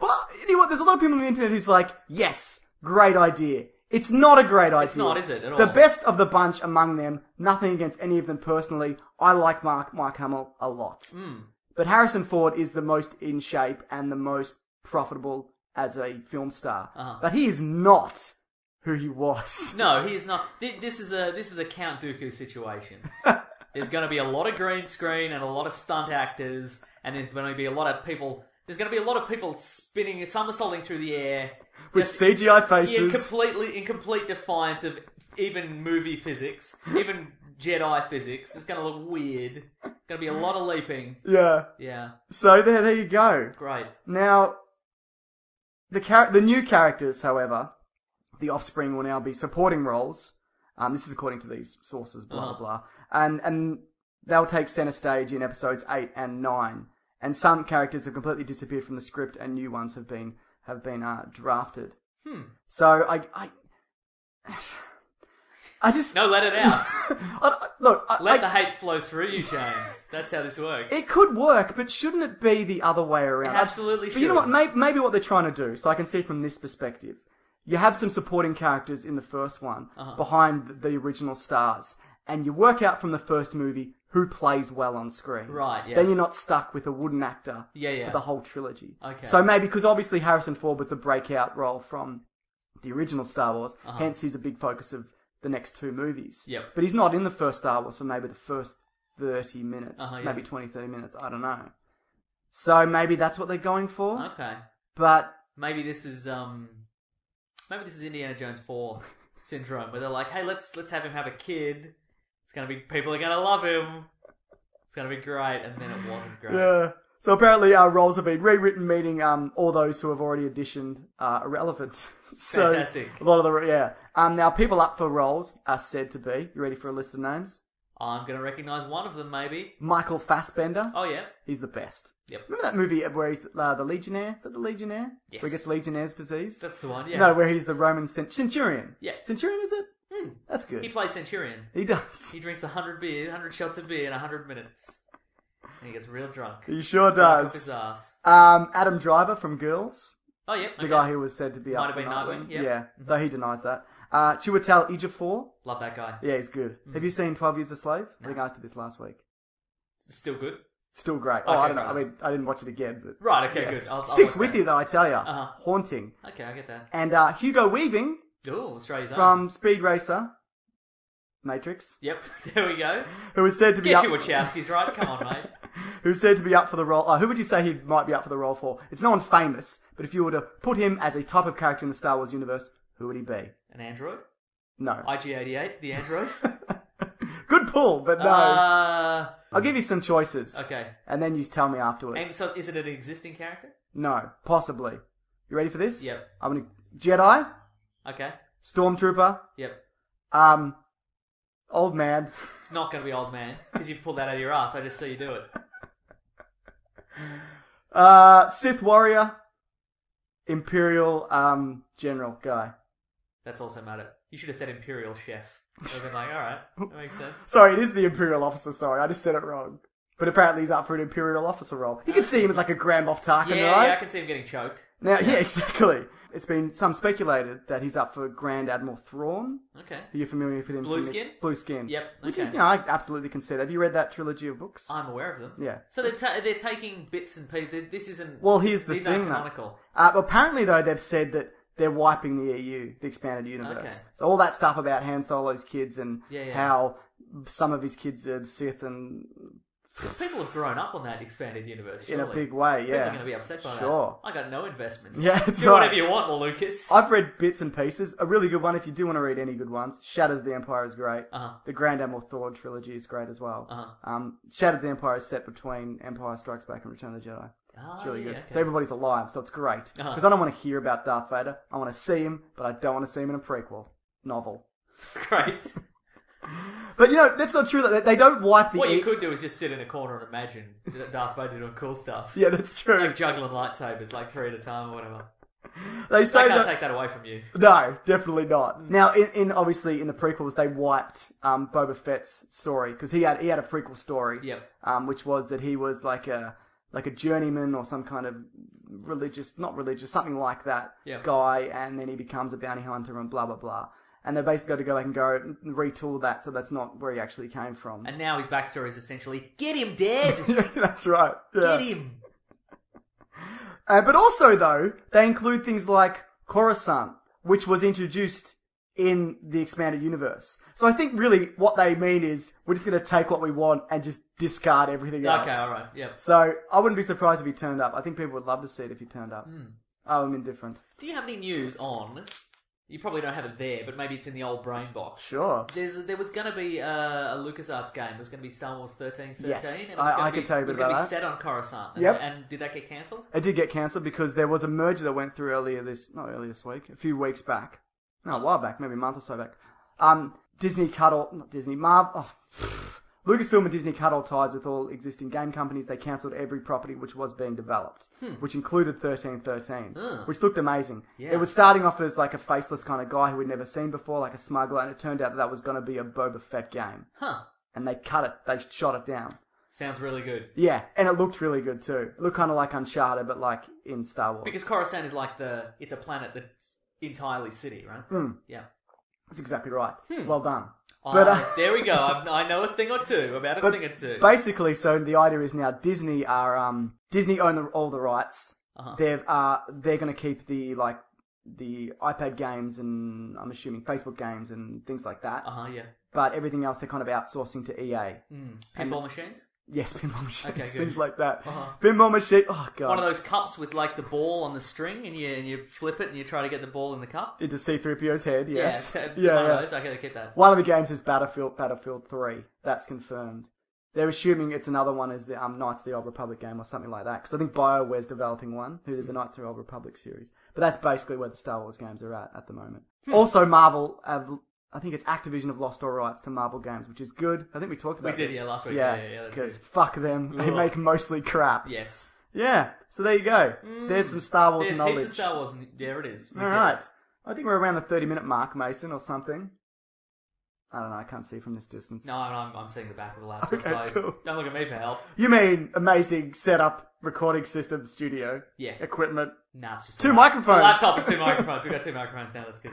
C: Well, you know what? There's a lot of people on the internet who's like, yes, great idea. It's not a great idea.
D: It's not, is it, at
C: The
D: all?
C: best of the bunch among them, nothing against any of them personally. I like Mark, Mark Hamill a lot.
D: Hmm.
C: But Harrison Ford is the most in shape and the most profitable as a film star.
D: Uh-huh.
C: But he is not who he was. [LAUGHS]
D: No, he's not. thi- This is a this is a Count
C: [LAUGHS]
D: Dooku situation. There's going to be a lot of green screen and a lot of stunt actors, and there's going to be a lot of people. there's There's going to be a lot of people spinning, somersaulting through the air
C: with
D: just
C: CGI
D: in
C: faces.
D: completely in complete defiance of even movie
C: [LAUGHS]
D: physics, even Jedi physics. It's going to look weird. Going to be a lot of leaping.
C: yeah.
D: Yeah,
C: So there, there you go.
D: great.
C: Now, the char- the new characters, however, the offspring will now be supporting roles. Um, this is according to these sources, blah
D: Uh-huh.
C: blah blah, and and they'll take center stage in episodes eight and nine. And some characters have completely disappeared from the script, and new ones have been have been uh, drafted.
D: Hmm.
C: So I I [SIGHS] I just
D: No, let it
C: [LAUGHS]
D: out.
C: I- I- look. I,
D: Let
C: I-
D: the hate flow through you, James. That's how this works.
C: It could work, but shouldn't it be the other way around?
D: It absolutely
C: But you know what?
D: should.
C: Maybe, maybe what they're trying to do, so I can see from this perspective. You have some supporting characters in the first one
D: Uh-huh.
C: behind the- the original stars, and you work out from the first movie who plays well on screen.
D: Right, yeah.
C: Then you're not stuck with a wooden actor
D: Yeah, yeah.
C: for the whole trilogy.
D: Okay.
C: So maybe, because obviously Harrison Ford was the breakout role from the original Star Wars, hence he's a big focus of the next two movies.
D: Uh-huh. Yep.
C: But he's not in the first Star Wars for maybe the first 30 minutes,
D: Uh-huh, yeah.
C: maybe 20, 30 minutes, I don't know. So maybe that's what they're going for,
D: [LAUGHS] okay.
C: but
D: Maybe this is um, maybe this is Indiana Jones four syndrome, where they're like, hey, let's let's have him have a kid. It's gonna be people are gonna love him. It's gonna be great, and then it wasn't great.
C: yeah. So apparently our roles have been rewritten, meaning um, all those who have already auditioned are irrelevant. [LAUGHS] so
D: Fantastic.
C: A lot of the yeah. Um, now people up for roles are said to be. You ready for a list of names?
D: I'm gonna recognize one of them, maybe.
C: Michael Fassbender.
D: Oh yeah,
C: He's the best.
D: Yep.
C: Remember that movie where he's uh, the Legionnaire? Is that the Legionnaire?
D: Yes.
C: Where he gets Legionnaire's disease?
D: that's the one. Yeah.
C: No, where he's the Roman cent- centurion.
D: Yeah.
C: Centurion, is it?
D: Hmm.
C: That's good.
D: He
C: He,
D: plays Centurion.
C: does.
D: He drinks 100 beer, 100 shots of beer in 100 minutes. And he gets real drunk.
C: He sure
D: Drunk off his
C: does.
D: ass.
C: Um, Adam Driver from Girls.
D: Oh, yeah.
C: The guy who was said to be
D: Might
C: up
D: have
C: for
D: been Nightwing, yeah.
C: though he denies that. Uh, Chiwetel Ejiofor.
D: Love that guy.
C: Yeah, he's good.
D: Mm-hmm.
C: Have you seen 12 Years a Slave? I think I asked you this last week.
D: Still good.
C: Still great. Oh,
D: Okay,
C: I don't know. I
D: nice.
C: mean, I didn't watch it again. But
D: Right, okay,
C: Yes.
D: good. I'll, I'll
C: Sticks
D: watch
C: with
D: that.
C: you, though, I tell you.
D: Uh-huh.
C: Haunting.
D: Okay, I get that.
C: And uh, Hugo Weaving
D: Oh, Australia's
C: from
D: own.
C: Speed Racer, Matrix,
D: Yep, [LAUGHS] there we go.
C: who was said to be
D: Get
C: up,
D: your Wachowskis right. Come on, mate.
C: who's said to be up for the role. Uh, who would you say he might be up for the role for? It's no one famous, but if you were to put him as a type of character in the Star Wars universe, who would he be?
D: An android?
C: No.
D: IG-88, the android?
C: Good pull, but [LAUGHS] no.
D: Uh,
C: I'll give you some choices.
D: okay.
C: And then you tell me afterwards.
D: And so is it an existing character?
C: no, possibly. You ready for this?
D: Yep.
C: I'm gonna Jedi,
D: Okay.
C: Stormtrooper,
D: Yep.
C: um, old man.
D: It's not going to be old man because you pulled that out of your ass. I just see you do it.
C: Uh, Sith warrior, Imperial um general guy.
D: That's also matter. You should have said Imperial Chef. I'd have been like, all right, that
C: [LAUGHS]
D: makes sense.
C: Sorry, it is the Imperial officer. Sorry, I just said it wrong. But apparently he's up for an Imperial officer role. You can see him as like a Grand Moff Tarkin,
D: Yeah,
C: right?
D: yeah, I can see him getting choked.
C: Now, [LAUGHS] yeah, exactly. It's been some speculated that he's up for Grand Admiral Thrawn.
D: Okay.
C: Are you familiar with him?
D: Blue
C: from this-
D: Skin?
C: Blue Skin.
D: Yep,
C: Which,
D: okay.
C: you know, I absolutely can see that. Have you read that trilogy of books?
D: I'm aware of them.
C: Yeah.
D: So they've ta- they're taking bits and pieces. This isn't.
C: Well, here's the
D: these
C: thing,
D: aren't
C: though.
D: canonical.
C: Uh, apparently, though, they've said that they're wiping the EU, the expanded universe.
D: Okay.
C: So all that stuff about Han Solo's kids and
D: Yeah, yeah.
C: how some of his kids are Sith and
D: People have grown up on that expanded universe.
C: in a
D: surely.
C: big way,
D: People are
C: yeah.
D: going to be upset by
C: Sure.
D: that. I got no investment.
C: Yeah, that's
D: Do whatever
C: right.
D: you want, Lucas.
C: I've read bits and pieces. A really good one, if you do want to read any good ones, Shatters the Empire is great.
D: Uh-huh.
C: The Grand Admiral Thrawn trilogy is great as well.
D: Uh-huh.
C: Um, Shatters the Empire is set between Empire Strikes Back and Return of the Jedi.
D: Ah,
C: It's really
D: yeah,
C: good.
D: okay.
C: So everybody's alive, so it's great. Because
D: Uh-huh.
C: I don't want to hear about Darth Vader. I want to see him, but I don't want to see him in a prequel novel. [LAUGHS]
D: [LAUGHS] Great.
C: But you know, that's not true. They- They don't wipe the.
D: what
C: E-
D: you could do is just sit in a corner and imagine Darth Vader doing cool stuff.
C: Yeah, that's true.
D: Like juggling lightsabers, like three at a time or whatever.
C: they
D: I
C: say
D: can't
C: that.
D: take Mm. that away from you.
C: No, definitely not. Now, in, in obviously in the prequels, they wiped um, Boba Fett's story because he had he had a prequel story,
D: Yep.
C: um, which was that he was like a like a journeyman or some kind of religious, not religious, something like that
D: Yep.
C: guy, and then he becomes a bounty hunter and blah blah blah. And they basically got to go back and go and retool that, so that's not where he actually came from.
D: And now his backstory is essentially get him dead!
C: [LAUGHS] that's right. Yeah.
D: Get him!
C: Uh, but also, though, they include things like Coruscant, which was introduced in the expanded universe. So I think really what they mean is we're just going to take what we want and just discard everything else.
D: Okay, all right. Yep.
C: So I wouldn't be surprised if he turned up. I think people would love to see it if he turned up. Oh, I'm indifferent.
D: Do you have any news on? You probably don't have it there, but maybe it's in the old brain box.
C: Sure.
D: There's, there was going to be uh, a LucasArts game. It was going to be Star Wars 1313.
C: Yes,
D: and it was
C: I-
D: gonna
C: I
D: be,
C: can tell you
D: It was
C: about
D: gonna be
C: that.
D: set on Coruscant. And,
C: Yep.
D: And did that get cancelled?
C: It did get cancelled because there was a merger that went through earlier this, not earlier this week, a few weeks back. No, a while back, maybe a month or so back. Um, Disney cut all, not Disney, Marvel, oh, pfft. Lucasfilm and Disney cut all ties with all existing game companies. They cancelled every property which was being developed, which included 1313, which looked amazing.
D: Yeah.
C: It was starting off as like a faceless kind of guy who we'd never seen before, like a smuggler, and it turned out that that was going to be a Boba Fett game.
D: Huh.
C: And they cut it, they shot it down.
D: Sounds really good.
C: Yeah, and it looked really good too. It looked kind of like Uncharted, but like in Star Wars.
D: Because Coruscant is like the it's a planet that's entirely city, right? Yeah.
C: That's exactly right. Well done. Hmm.
D: Oh,
C: But, uh,
D: there we go. I, I know a thing or two about a
C: But
D: thing or two.
C: basically, so the idea is now Disney are um Disney own the, all the rights.
D: Uh-huh.
C: They've uh they're going to keep the like the iPad games and I'm assuming Facebook games and things like that.
D: Uh huh. Yeah. Hmm.
C: But everything else they're kind of outsourcing to EA.
D: Pinball machines.
C: Yes, pinball [LAUGHS] machines,
D: Okay, good.
C: things like that.
D: Uh-huh.
C: Pinball machine. Oh god.
D: One of those cups with like the ball on the string, and you and you flip it, and you try to get the ball in the cup.
C: into C3PO's head. Yes. [LAUGHS]
D: Yeah. t-
C: yeah,
D: one
C: yeah.
D: of those. Okay, keep that.
C: One of the games is Battlefield Battlefield Three. That's confirmed. They're assuming it's another one is the um, Knights of the Old Republic game or something like that. Because I think BioWare's developing one, who
D: Hmm.
C: did the Knights of the Old Republic series. But that's basically where the Star Wars games are at at the moment.
D: Hmm.
C: Also, Marvel have, I think it's Activision have lost all rights to Marvel games, which is good. I think we talked about
D: did,
C: this.
D: yeah, last week. Yeah, yeah, yeah, that's
C: because
D: good.
C: fuck them. They
D: Ugh.
C: make mostly crap.
D: Yes.
C: Yeah, so there you go. There's some Star Wars
D: Hmm. There's
C: knowledge.
D: heaps of Star Wars. in- There it is. We
C: All
D: did
C: right.
D: it.
C: I think we're around the 30 minute mark, Mason, or something. I don't know. I can't see from this distance.
D: No, I'm, I'm, I'm seeing the back of the laptop.
C: Okay,
D: so
C: cool.
D: Don't look at me for help.
C: You mean amazing setup, recording system, studio,
D: Yeah.
C: equipment.
D: Nah, it's just
C: Two
D: a
C: microphones.
D: A
C: [LAUGHS]
D: laptop and two microphones. We got two microphones now. That's good.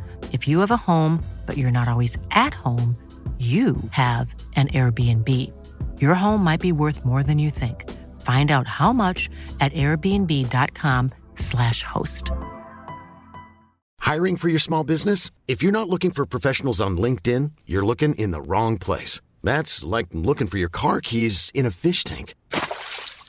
E: If you have a home, but you're not always at home, you have an Airbnb. Your home might be worth more than you think. Find out how much at airbnb.com/slash host.
F: Hiring for your small business? If you're not looking for professionals on LinkedIn, you're looking in the wrong place. That's like looking for your car keys in a fish tank.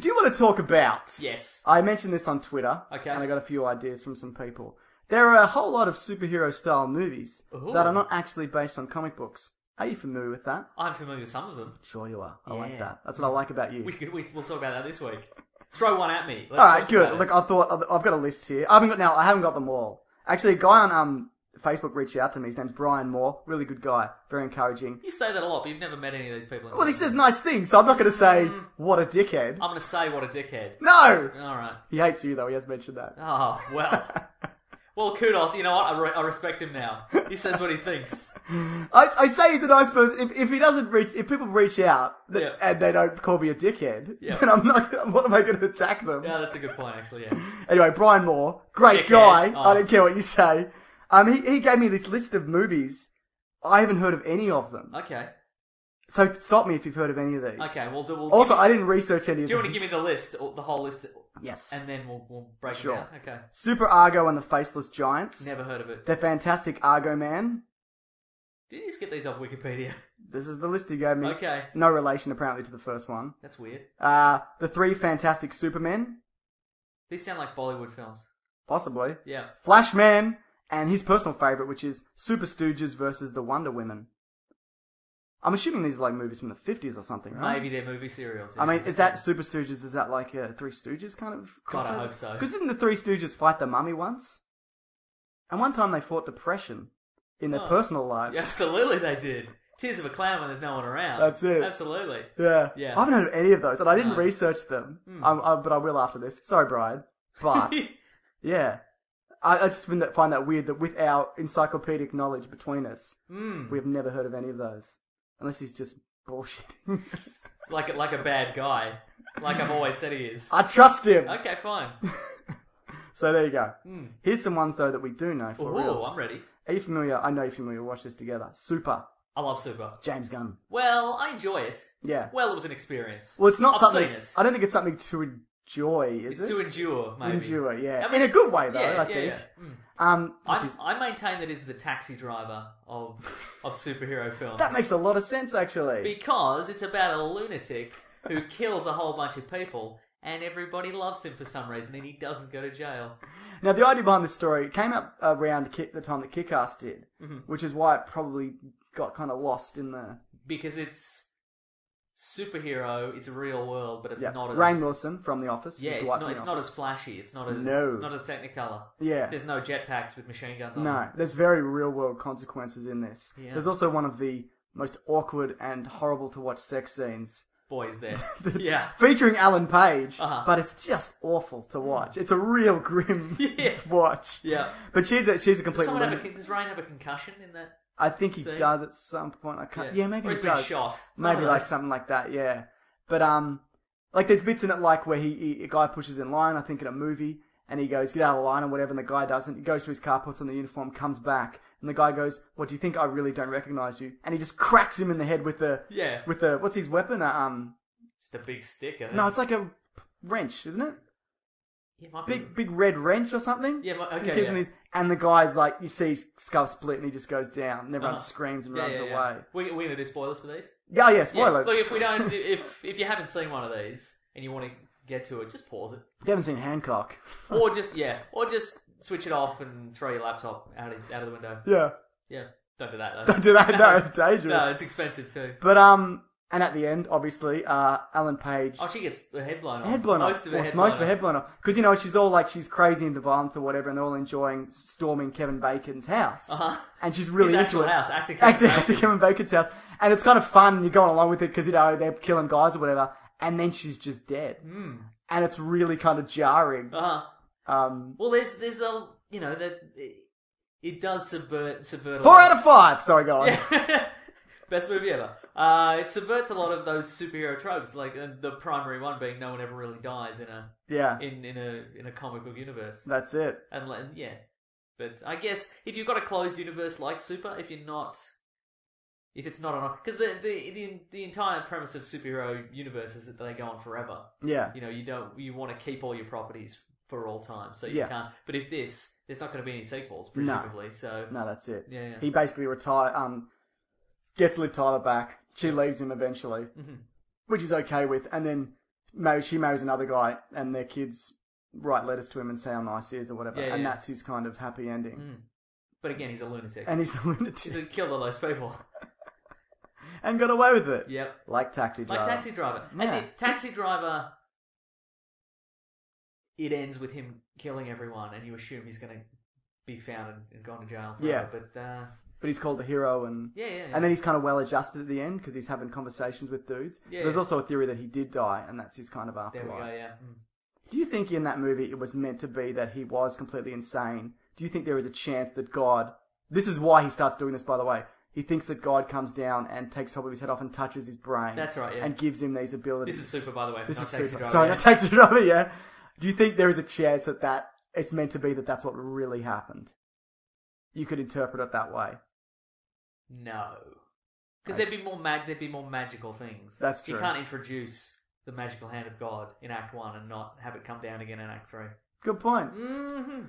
C: Do you want to talk about?
D: Yes.
C: I mentioned this on Twitter.
D: Okay.
C: And I got a few ideas from some people. There are a whole lot of superhero style movies
D: Ooh.
C: that are not actually based on comic books. Are you familiar with that?
D: I'm familiar with some of them.
C: Sure you are. I like
D: Yeah.
C: that. That's what I like about you.
D: We, could- we, we'll talk about that this week. Throw one at me. Let's
C: All right,
D: talk
C: good.
D: about it.
C: Look, I thought I've- I've got a list here. I haven't got now. I haven't got them all. Actually, a guy on um Facebook reached out to me. His name's Brian Moore. Really good guy. Very encouraging.
D: You say that a lot, but you've never met any of these people. in
C: Well, he
D: person.
C: says nice things, so I'm not going to say,
D: Mm.
C: what a dickhead.
D: I'm going to say what a dickhead.
C: No!
D: All right.
C: He hates you, though. He has mentioned that.
D: Oh,
C: [LAUGHS]
D: well. well, kudos. You know what? I, re- I respect him now. He says what he thinks.
C: I, I say he's a nice person. If, if he doesn't reach, if people reach out th-
D: Yeah.
C: and they don't call me a dickhead,
D: Yeah.
C: then I'm not, what am I going to attack them?
D: Yeah, that's a good point, actually, yeah.
C: Anyway, Brian Moore, great
D: Dickhead.
C: guy.
D: Oh.
C: I don't care what you say. Um, he, he gave me this list of movies. I haven't heard of any of them.
D: Okay.
C: So stop me if you've heard of any of these.
D: Okay, we'll do... We'll
C: Also,
D: give you-
C: I didn't research any
D: Do
C: of
D: you
C: these.
D: want to give me the list, or the whole list?
C: Yes.
D: And then we'll, we'll break
C: Sure.
D: it down? Okay.
C: Super Argo and the Faceless Giants.
D: Never heard of it.
C: The Fantastic Argo Man.
D: Did you just get these off Wikipedia?
C: This is the list he gave me.
D: Okay.
C: No relation apparently to the first one.
D: That's weird.
C: Uh, the Three Fantastic Supermen,
D: These sound like Bollywood films.
C: possibly.
D: Yeah.
C: Flashman and his personal favorite, which is Super Stooges versus the Wonder Women. I'm assuming these are like movies from the 50s or something, right?
D: Maybe they're movie serials.
C: I mean,
D: yeah.
C: is that Super Stooges? Is that like a Three Stooges kind of?
D: God, I hope so.
C: Because didn't the Three Stooges fight the Mummy once? And one time they fought depression in their
D: Oh.
C: personal lives.
D: Yeah, Absolutely, they did. Tears of a clown when there's no one around.
C: That's it.
D: Absolutely.
C: [LAUGHS]
D: [LAUGHS]
C: Yeah.
D: Yeah.
C: I haven't heard of any of those, and I didn't
D: No.
C: research them.
D: Hmm.
C: Um, uh, but I will after this. Sorry, Brian.
D: [LAUGHS]
C: But yeah, I, I just find that, find that weird that with our encyclopedic knowledge between us,
D: Mm.
C: we have never heard of any of those, unless he's just bullshitting. [LAUGHS]
D: [LAUGHS] Like like a bad guy. Like I've always said he is.
C: I trust him.
D: Okay, fine.
C: So there you go.
D: Hmm.
C: Here's some ones though that we do know [LAUGHS] for
D: Ooh,
C: real.
D: I'm ready.
C: Are you familiar? I know you're familiar. We'll watch this together. Super.
D: I love Super.
C: James Gunn.
D: Well, I enjoy it.
C: Yeah.
D: Well, it was an experience.
C: Well, it's not
D: I've
C: something.
D: Seen it.
C: I don't think it's something to enjoy, is
D: It's
C: it?
D: to endure, maybe.
C: Endure, yeah.
D: I mean,
C: In a good
D: it's-
C: way, though,
D: yeah,
C: I
D: yeah,
C: think.
D: yeah. Mm.
C: Um,
D: I'm-
C: which is-
D: I maintain that is the taxi driver of of superhero films.
C: that makes a lot of sense, actually.
D: because it's about a lunatic who [LAUGHS] kills a whole bunch of people, and everybody loves him for some reason, and he doesn't go to jail.
C: Now, the idea behind this story came up around Kick, the time that Kickass did,
D: Mm-hmm.
C: which is why it probably got kind of lost in the
D: because it's superhero, it's real world, but it's
C: yeah.
D: not as
C: Rain Wilson from The Office.
D: yeah,
C: with
D: it's
C: Dwight
D: not,
C: from The
D: it's not
C: Office.
D: as flashy, it's not as
C: No.
D: not as technicolor.
C: Yeah.
D: There's no jetpacks with machine guns. on
C: No,
D: them.
C: there's very real world consequences in this.
D: um, Yeah.
C: There's also one of the most awkward and horrible to watch sex scenes [LAUGHS]
D: boys there. yeah,
C: featuring Alan Page,
D: Uh-huh. Mm.
C: but it's just awful to watch. It's a real grim
D: [LAUGHS] Yeah.
C: watch.
D: yeah.
C: But she's a, she's a
D: Does
C: complete.
D: someone have a,
C: lunatic.
D: con- does Ryan have a concussion in that?
C: I think he
D: See?
C: does at some point. I can't. Yeah, maybe
D: or
C: he
D: he's been
C: does.
D: shot.
C: Maybe
D: One of
C: like
D: those.
C: something like that. Yeah, but um, like there's bits in it like where he, he a guy pushes in line. I think in a movie, and he goes get out of line or whatever, and the guy doesn't. He goes to his car, puts on the uniform, comes back, and the guy goes, "What do you think? I really don't recognize you." And he just cracks him in the head with the
D: Yeah,
C: with the what's his weapon? Uh, um,
D: just a big stick. I think.
C: no, it's like a wrench, isn't it?
D: Yeah, it might be-
C: Big big red wrench or something.
D: Yeah, but-
C: He
D: okay,
C: gives
D: yeah.
C: him his, and the guy's like, you see his skull split, and he just goes down, and everyone
D: Uh-huh.
C: screams and
D: Yeah,
C: runs
D: yeah, yeah.
C: away.
D: We we gonna do spoilers for these.
C: Yeah, yeah,
D: Yeah,
C: spoilers.
D: Look, if we don't, if if you haven't seen one of these and you want to get to it, just pause it.
C: you haven't seen Hancock. [LAUGHS]
D: or just yeah, or just switch it off and throw your laptop out of, out of the window.
C: Yeah. [LAUGHS]
D: Yeah, don't do that. Though.
C: Don't do that,
D: [LAUGHS]
C: no, it's dangerous.
D: No, it's expensive too.
C: But um, and at the end, obviously, uh, Alan Page
D: Oh, she gets the head blown off.
C: head blown
D: most
C: off.
D: Of her
C: Well,
D: head
C: most of
D: blown
C: her head blown off because you know she's all like she's crazy into violence or whatever, and they're all enjoying storming Kevin Bacon's house,
D: Uh-huh.
C: and she's really
D: His
C: into
D: actual
C: it.
D: house, actor Kevin
C: actor,
D: Bacon.
C: actor Kevin Bacon's house, and it's kind of fun. and You're going along with it because you know they're killing guys or whatever, and then she's just dead,
D: Hmm.
C: and it's really kind of jarring.
D: Uh-huh.
C: Um,
D: Well, there's there's a you know that it, it does subvert subvert. a
C: four
D: lot
C: out of five. Sorry, go on. [LAUGHS]
D: Yeah. [LAUGHS] Best movie ever. Uh, it subverts a lot of those superhero tropes, like uh, the primary one being no one ever really dies in a
C: Yeah.
D: in, in a in a comic book universe.
C: That's it.
D: and let- yeah. But I guess if you've got a closed universe like Super, if you're not, if it's not on, because the, the the the entire premise of superhero universe is that they go on forever.
C: Yeah.
D: You know, you don't you want to keep all your properties for all time, so you
C: Yeah.
D: can't. But if this, there's not going to be any sequels,
C: No.
D: presumably. So
C: No, that's it.
D: Yeah, yeah.
C: He basically retire um gets Liv Tyler back. She leaves him eventually,
D: Mm-hmm.
C: which is okay with. And then marries, she marries another guy, and their kids write letters to him and say how nice he is or whatever.
D: Yeah, yeah,
C: and
D: yeah. Mm.
C: that's his kind of happy ending.
D: but again, he's a lunatic.
C: And he's a [LAUGHS]
D: he's
C: lunatic
D: a killed all those people. [LAUGHS]
C: and got away with it.
D: Yep.
C: Like taxi driver.
D: Like Taxi Driver.
C: Yeah.
D: And the Taxi Driver, it ends with him killing everyone, and you assume he's going to be found and gone to jail.
C: Yeah.
D: Forever. but uh,
C: But he's called a hero, and
D: Yeah, yeah, yeah.
C: and then he's kind of well adjusted at the end because he's having conversations with dudes.
D: Yeah,
C: There's
D: yeah.
C: also a theory that he did die, and that's his kind of
D: there
C: afterlife.
D: we go. Yeah, Mm.
C: Do you think in that movie it was meant to be that he was completely insane? Do you think there is a chance that God? This is why he starts doing this, by the way. He thinks that God comes down and takes hold of his head off and touches his brain.
D: That's right, yeah.
C: And gives him these abilities.
D: This is Super, by the way,
C: This
D: not
C: is
D: Taxi
C: super.
D: Driver,
C: Sorry,
D: yeah.
C: not [LAUGHS]
D: [LAUGHS]
C: taxi driver. Yeah. Do you think there is a chance that that it's meant to be that that's what really happened? You could interpret it that way.
D: no, because there'd be more mag, there'd be more magical things.
C: That's
D: You
C: true.
D: can't introduce the magical hand of God in Act One and not have it come down again in Act Three.
C: Good point.
D: Mm-hmm.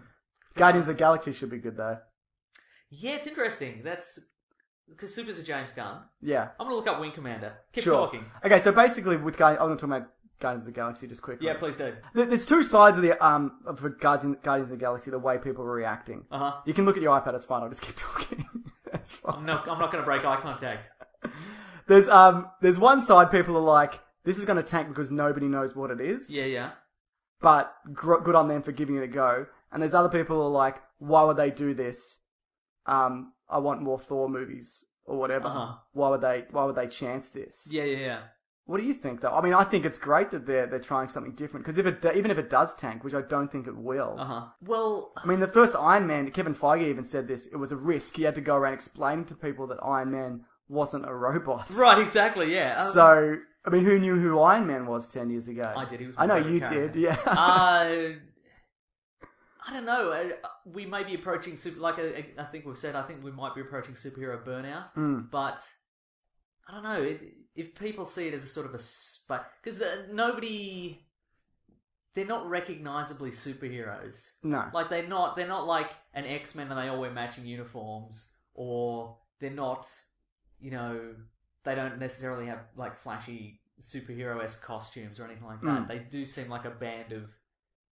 C: Guardians of the Galaxy should be good though.
D: Yeah, it's interesting. That's because Super's a James Gunn.
C: Yeah.
D: I'm gonna look up Wing Commander. Keep
C: sure.
D: talking.
C: Okay, so basically with Guardians, I'm going to talk about Guardians of the Galaxy just quickly.
D: Yeah, please do.
C: There- There's two sides of the um of the Guardians, Guardians of the Galaxy. The way people are reacting.
D: Uh
C: [LAUGHS]
D: huh.
C: You can look at your iPad. It's fine. I'll just keep [LAUGHS] talking. That's fine.
D: I'm not. I'm not gonna break eye contact.
C: There's um there's one side people are like this is going to tank because nobody knows what it is.
D: Yeah, yeah.
C: But gr- good on them for giving it a go. And there's other people who are like why would they do this? Um, I want more Thor movies or whatever.
D: Uh-huh.
C: Why would they Why would they chance this?
D: Yeah, yeah, yeah.
C: What do you think though? I mean, I think it's great that they're they're trying something different because if it do- even if it does tank, which I don't think it will.
D: Uh huh. Well,
C: I mean, the first Iron Man, Kevin Feige even said this. It was a risk. He had to go around explaining to people that Iron Man wasn't a robot. [LAUGHS]
D: right, exactly. Yeah. Um,
C: So, I mean, who knew who Iron Man was ten years ago?
D: I did. He was. my
C: I know
D: favourite
C: you
D: character.
C: did. Yeah. [LAUGHS]
D: uh, I don't know. Uh, we may be approaching super. Like uh, I think we've said, I think we might be approaching superhero burnout.
C: Mm.
D: But I don't know it, if people see it as a sort of a because nobody. They're not recognizably superheroes.
C: No.
D: Like they're not. They're not like an X Men and they all wear matching uniforms, or they're not. You know, they don't necessarily have like flashy superhero esque costumes or anything like that.
C: Mm.
D: They do seem like a band of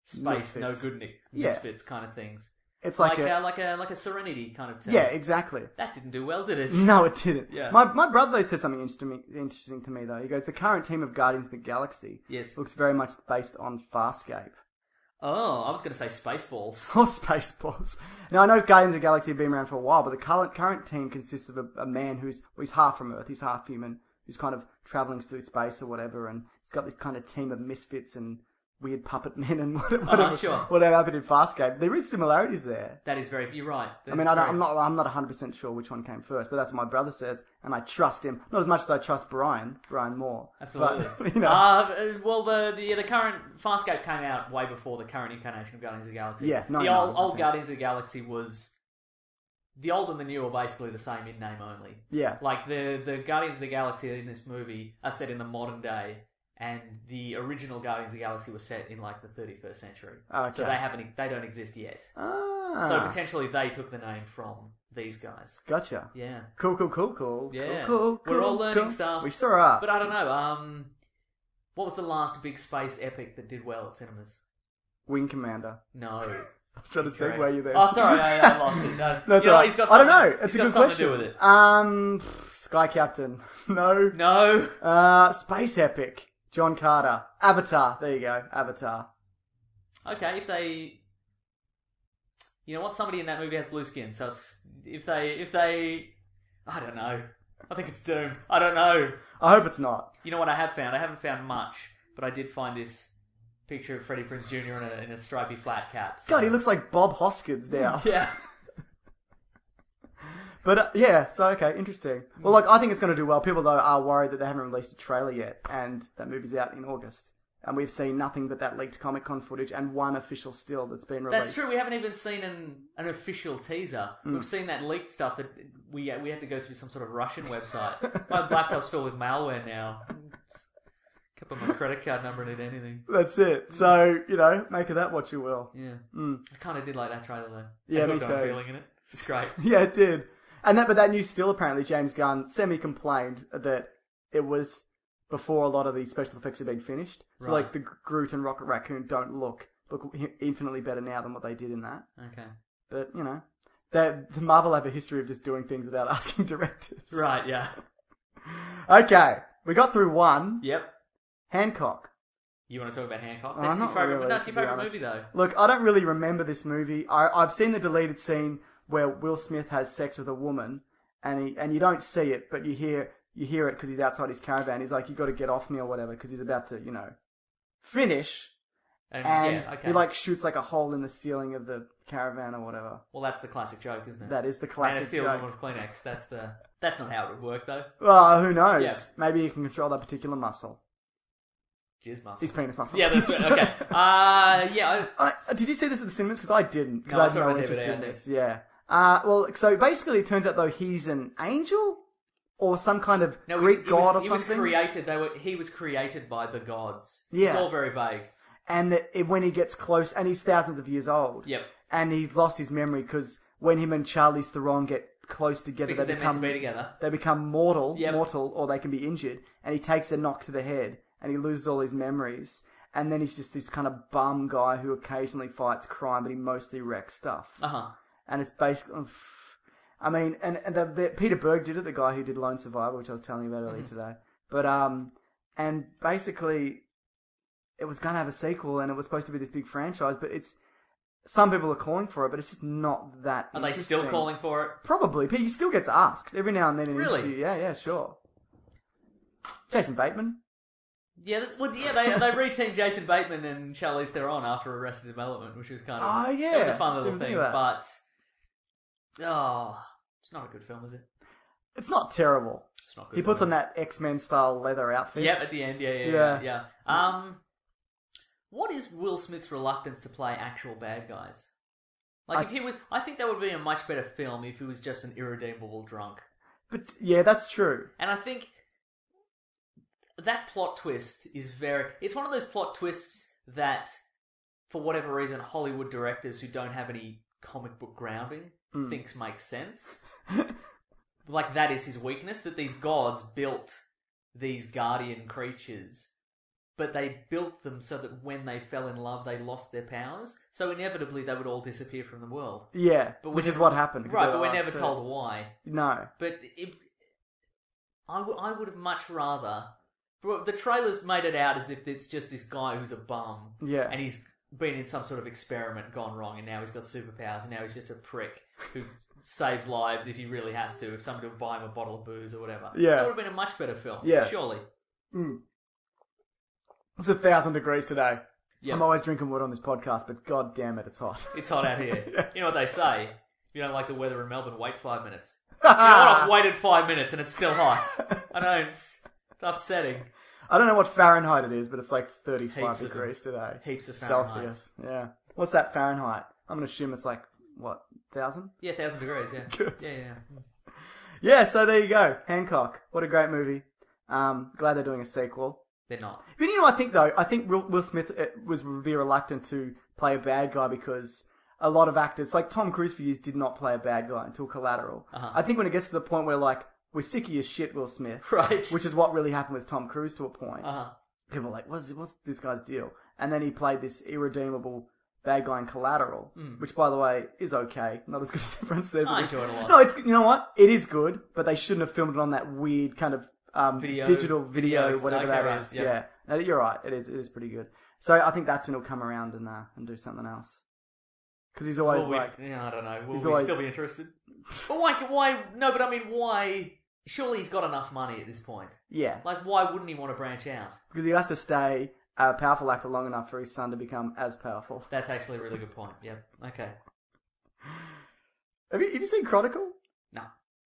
D: space
C: Misfits.
D: no good nic-
C: Yeah.
D: misfits kind of things.
C: it's
D: Like,
C: like, a,
D: a, like a like a Serenity kind of. Term.
C: yeah, exactly.
D: That didn't do well, did it?
C: No, it didn't.
D: Yeah.
C: My my brother though said something interesting to me, interesting to me though. He goes, the current team of Guardians of the Galaxy
D: Yes.
C: looks very much based on Farscape. [LAUGHS]
D: Oh, I was going to say Spaceballs.
C: or Spaceballs. Now I know Guardians of the Galaxy have been around for a while, but the current current team consists of a, a man who's well, he's half from Earth, he's half human, who's kind of traveling through space or whatever, and he's got this kind of team of misfits and weird puppet [LAUGHS] men and whatever,
D: Uh-huh,
C: whatever,
D: sure.
C: whatever happened in Farscape. There is similarities there.
D: That is very. You're right.
C: I mean,
D: That's
C: I don't,
D: very-
C: I'm not I'm not 100 percent sure which one came first, but that's what my brother says, and I trust him not as much as I trust Brian Brian Moore. But, [LAUGHS]
D: Absolutely.
C: you know,
D: uh, well, the, the the current Farscape came out way before the current incarnation of Guardians of the Galaxy.
C: Yeah,
D: the
C: 99,
D: old,
C: I
D: old
C: think.
D: Guardians of the Galaxy was the old and the new are basically the same in name only.
C: yeah,
D: Like the the Guardians of the Galaxy in this movie are set in the modern day, and the original Guardians of the Galaxy was set in like the 31st century.
C: Okay.
D: So they haven't they don't exist yet.
C: ah,
D: So potentially they took the name from these guys.
C: gotcha.
D: Yeah.
C: Cool, cool, cool, cool.
D: Yeah.
C: cool, cool, cool.
D: We're all learning
C: cool.
D: stuff.
C: We sure are.
D: But I don't know. Um, what was the last big space epic that did well at cinemas?
C: Wing Commander. [LAUGHS]
D: No.
C: I was trying to
D: Correct.
C: segue you there.
D: Oh, sorry, I, I
C: [LAUGHS]
D: lost it. No,
C: That's
D: You know,
C: all right.
D: he's got
C: I don't
D: something-
C: know. It's
D: he's
C: a
D: got
C: good
D: something to
C: question.
D: do with it.
C: Um, pff, Sky Captain. [LAUGHS] no.
D: No.
C: Uh, space epic. John Carter. Avatar. There you go. Avatar.
D: Okay, if they, you know what, somebody in that movie has blue skin, so it's if they if they, I don't know. I think it's doomed. I don't know.
C: I hope it's not.
D: You know what I have found? I haven't found much, but I did find this picture of Freddie Prince Jr. in a, in a stripy flat cap. so-
C: God, he looks like Bob Hoskins now.
D: Yeah.
C: But uh, yeah, so okay, interesting. Well, look, I think it's going to do well. People though are worried that they haven't released a trailer yet, and that movie's out in August, and we've seen nothing but that leaked Comic Con footage and one official still that's been released. Mm.
D: That's true. We haven't even seen an, an official teaser. We've seen that leaked stuff that we uh, we had to go through some sort of Russian website. my laptop's filled with malware now. Can't put my credit card number in it. Anything.
C: That's it. So you know, make of that what you will. [LAUGHS]
D: Yeah.
C: Mm.
D: I kind of did like that trailer though.
C: Yeah,
D: I
C: me
D: hooked on
C: too.
D: Feeling in it. It's great.
C: Yeah, it did. And that, but that news still apparently James Gunn semi complained that it was before a lot of the special effects had been finished. So
D: Right.
C: like the Groot and Rocket Raccoon don't look look infinitely better now than what they did in that.
D: Okay.
C: But you know, that the Marvel have a history of just doing things without [LAUGHS] asking directors.
D: Right. Yeah.
C: Okay, we got through one.
D: Yep.
C: Hancock.
D: You want to talk about Hancock?
C: Uh,
D: That's your
C: not
D: favorite.
C: really,
D: no, it's your
C: to be
D: favorite
C: honest.
D: movie though.
C: Look, I don't really remember this movie. I, I've seen the deleted scene where Will Smith has sex with a woman, and he and you don't see it, but you hear you hear it because he's outside his caravan. He's like, "You got to get off me" or whatever, because he's about to, you know, finish,
D: And,
C: and,
D: yeah, okay.
C: he like shoots like a hole in the ceiling of the caravan or whatever.
D: well, that's the classic joke, isn't it?
C: That is the
D: Man
C: classic
D: of Steel,
C: joke.
D: Woman of Kleenex. That's the. That's not how it would work though.
C: Well, who knows?
D: Yeah.
C: Maybe he can control that particular muscle.
D: Jizz muscle.
C: His penis muscle.
D: Yeah, that's
C: [LAUGHS]
D: right. Okay. Uh, yeah. I,
C: I, did you see this at the cinemas? Because I didn't. Because
D: No,
C: I
D: I
C: had
D: saw it
C: no
D: on
C: interest
D: DVD,
C: in
D: I
C: this. Yeah. Uh, well, so basically, it turns out though he's an angel or some kind of
D: no, it was-
C: Greek
D: it was-
C: god
D: he
C: or
D: was
C: something.
D: created. They were. He was created by the gods. It's
C: Yeah.
D: all very vague.
C: and that it, when he gets close, and he's thousands of years old.
D: Yep.
C: And he's lost his memory because when him and Charlize Theron get close together,
D: Because
C: they
D: they're
C: become
D: meant to be together.
C: they become mortal,
D: Yep.
C: mortal, or they can be injured. And he takes a knock to the head, and he loses all his memories. And then he's just this kind of bum guy who occasionally fights crime, but he mostly wrecks stuff.
D: Uh huh.
C: and it's basically. oof. I mean, and, and the, the, Peter Berg did it, the guy who did Lone Survivor, which I was telling you about earlier
D: Mm-hmm.
C: today. But um, and basically, it was going to have a sequel, and it was supposed to be this big franchise. But it's some people are calling for it, but it's just not that.
D: Are they still
C: interesting.
D: calling for it?
C: Probably, but he still gets asked every now and then. In an
D: Really?
C: interview. Yeah, yeah, sure. Jason Bateman.
D: Yeah, that- well, yeah, they they reteamed Jason Bateman and Charlize Theron after Arrested Development, which was kind of
C: Oh,
D: it was a
C: yeah.
D: fun little
C: Didn't think
D: thing,
C: of that.
D: but oh, it's not a good film, is it?
C: It's not terrible.
D: It's not good.
C: He puts on
D: film.
C: that X Men style leather outfit.
D: Yep, at the end, yeah, yeah, yeah,
C: Yeah.
D: yeah. Um, what is Will Smith's reluctance to play actual bad guys? Like,
C: I-
D: if he was, I think that would be a much better film if he was just an irredeemable drunk.
C: But yeah, that's true.
D: And I think that plot twist is very. It's one of those plot twists that, for whatever reason, Hollywood directors who don't have any comic book grounding
C: Hmm.
D: thinks makes sense. [LAUGHS] like, that is his weakness that these gods built these guardian creatures. But they built them so that when they fell in love, they lost their powers. So inevitably, they would all disappear from the world.
C: Yeah,
D: But
C: which
D: we're
C: is
D: never-
C: what happened. 'cause
D: Right,
C: they
D: but we're
C: asked
D: never
C: to-
D: told why.
C: No.
D: But it, I, w- I would have much rather. bro, The trailers made it out as if it's just this guy who's a bum.
C: Yeah.
D: And he's been in some sort of experiment gone wrong, and now he's got superpowers, and now he's just a prick who [LAUGHS] saves lives if he really has to, if somebody will buy him a bottle of booze or whatever.
C: Yeah.
D: That would have been a much better film.
C: Yeah.
D: Surely.
C: Mm. It's a thousand degrees today.
D: Yeah.
C: I'm always drinking water on this podcast, but god damn it, it's hot. [LAUGHS]
D: It's hot out here. You know what they say? If you don't like the weather in Melbourne, wait
C: [LAUGHS]
D: five minutes. You know what? I've waited five minutes and it's still hot. I know, it's upsetting.
C: I don't know what Fahrenheit it is, but it's like 35
D: Heaps of
C: degrees today.
D: Heaps of
C: Celsius. Yeah. What's that Fahrenheit? I'm gonna assume it's like what thousand?
D: Yeah, thousand degrees. Yeah.
C: [LAUGHS] Good.
D: Yeah, yeah.
C: Yeah. So there you go, Hancock. What a great movie. Um, glad they're doing a sequel.
D: They're
C: [LAUGHS]
D: not.
C: But you know, I think though, I think Will, Will Smith uh, was would be reluctant to play a bad guy because a lot of actors, like Tom Cruise, for years did not play a bad guy until Collateral.
D: Uh-huh.
C: I think when it gets to the point where like we're sick of your shit, Will Smith,
D: [LAUGHS] Right.
C: Which is what really happened with Tom Cruise to a point.
D: Uh huh.
C: People were like, what's what's this guy's deal? And then he played this irredeemable bad guy in Collateral, which by the way is okay, [LAUGHS] not as good as everyone says.
D: Hmm. I
C: it is.
D: enjoy it a lot.
C: No, it's you know what, it is good, but they shouldn't have filmed it on that weird kind of um,
D: Video-
C: digital video,
D: video,
C: whatever
D: okay,
C: that is.
D: right, yeah.
C: Yeah, No, you're right. It is. It is pretty good. So I think that's when he'll come around and uh, and do something else. Because he's always
D: Will we,
C: like,
D: yeah, I don't know. Will
C: he's
D: we
C: always-
D: still be interested? But why? Why? No, but I mean, why? Surely he's got enough money at this point.
C: yeah,
D: Like, why wouldn't he want to branch out?
C: because he has to stay a powerful actor long enough for his son to become as powerful. [LAUGHS]
D: That's actually a really good point. Yep. Okay.
C: Have you have you seen Chronicle?
D: No.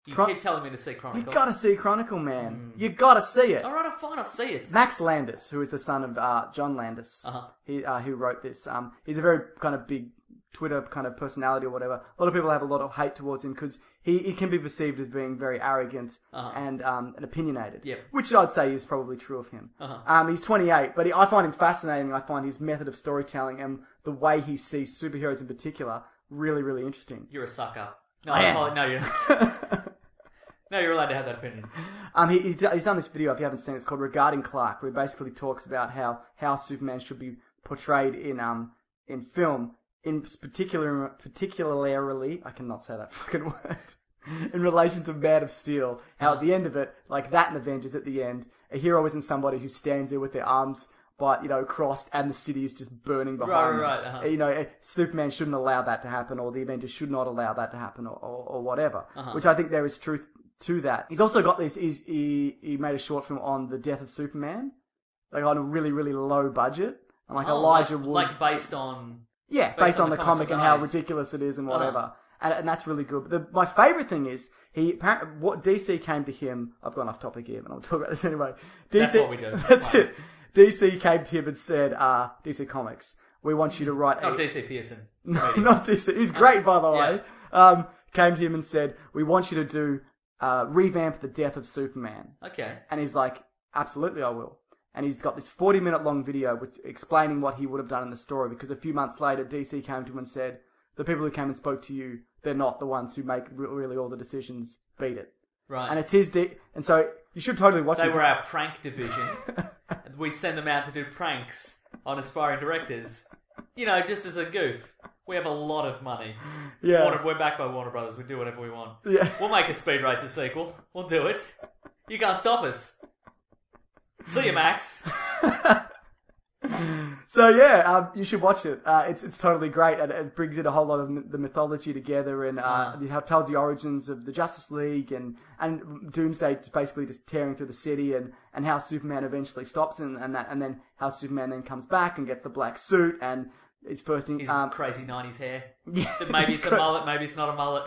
D: You
C: Chron-
D: keep telling me to see Chronicles.
C: You gotta see Chronicle, man. You gotta see it.
D: Hmm. All right, I'm fine. I'll see it.
C: Max Landis, who is the son of uh, John Landis,
D: Uh-huh.
C: he uh, who wrote this. Um, he's a very kind of big Twitter kind of personality or whatever. A lot of people have a lot of hate towards him because he, he can be perceived as being very arrogant
D: Uh-huh.
C: and um, and opinionated.
D: Yep.
C: which I'd say is probably true of him.
D: Uh-huh.
C: Um, he's 28, but he, I find him fascinating. I find his method of storytelling and the way he sees superheroes in particular really really interesting.
D: You're a sucker. No, I apologize. No, you're not.
C: [LAUGHS]
D: no, you're allowed to have that opinion.
C: Um, he, he's, d- he's done this video, if you haven't seen it, it's called Regarding Clark, where he basically talks about how, how Superman should be portrayed in, um, in film, in particular, particularly, I cannot say that [LAUGHS] fucking word, in relation to Man of Steel, how at the end of it, like that in Avengers at the end, a hero isn't somebody who stands there with their arms but you know crossed and the city is just burning
D: Right,
C: behind
D: right,
C: them.
D: right, uh-huh.
C: you know eh, superman shouldn't allow that to happen or the avengers should not allow that to happen or, or, or whatever
D: Uh-huh.
C: which i think there is truth to that he's also got this he's, he, he made a short film on the death of superman like on a really really low budget and like
D: Oh,
C: elijah
D: like,
C: wood
D: like based on
C: yeah, based, on, the, comic and how ridiculous it is and whatever.
D: Uh-huh.
C: And, and that's really good. But the, my favorite thing is he appar- what DC came to him. I've gone off topic here, but I'll talk about this [LAUGHS] anyway. DC,
D: That's what we do.
C: [LAUGHS] That's
D: Fine.
C: it. DC came to him and said, uh, DC Comics, we want you to write
D: Not
C: a
D: DC Pearson.
C: [LAUGHS] no,
D: Brady.
C: not DC. He's great, by the
D: yeah.
C: way. Um, came to him and said, "We want you to do uh, revamp the death of Superman."
D: Okay.
C: And he's like, absolutely, I will. And he's got this 40 minute long video which, explaining what he would have done in the story because a few months later, DC came to him and said, The people who came and spoke to you, they're not the ones who make re- really all the decisions. Beat it.
D: Right.
C: And it's his. De- and so you should totally watch
D: they
C: this.
D: were our
C: [LAUGHS]
D: prank division. we send them out to do pranks on aspiring directors. You know, just as a goof. We have a lot of money.
C: Yeah.
D: Warner, we're backed by Warner Brothers. We do whatever we want.
C: Yeah.
D: We'll make a Speed Racer sequel. We'll do it. You can't stop us. See you, Max.
C: So yeah, um, you should watch it. Uh, it's it's totally great, and it brings in a whole lot of m- the mythology together, and uh, it how- tells the origins of the Justice League, and and Doomsday just basically just tearing through the city, and, and how Superman eventually stops, and, and that, and then how Superman then comes back and gets the black suit, and it's first in,
D: His
C: um,
D: crazy 90s hair.
C: Yeah,
D: maybe
C: it's
D: it's a
C: cra-
D: mullet, maybe it's not a mullet.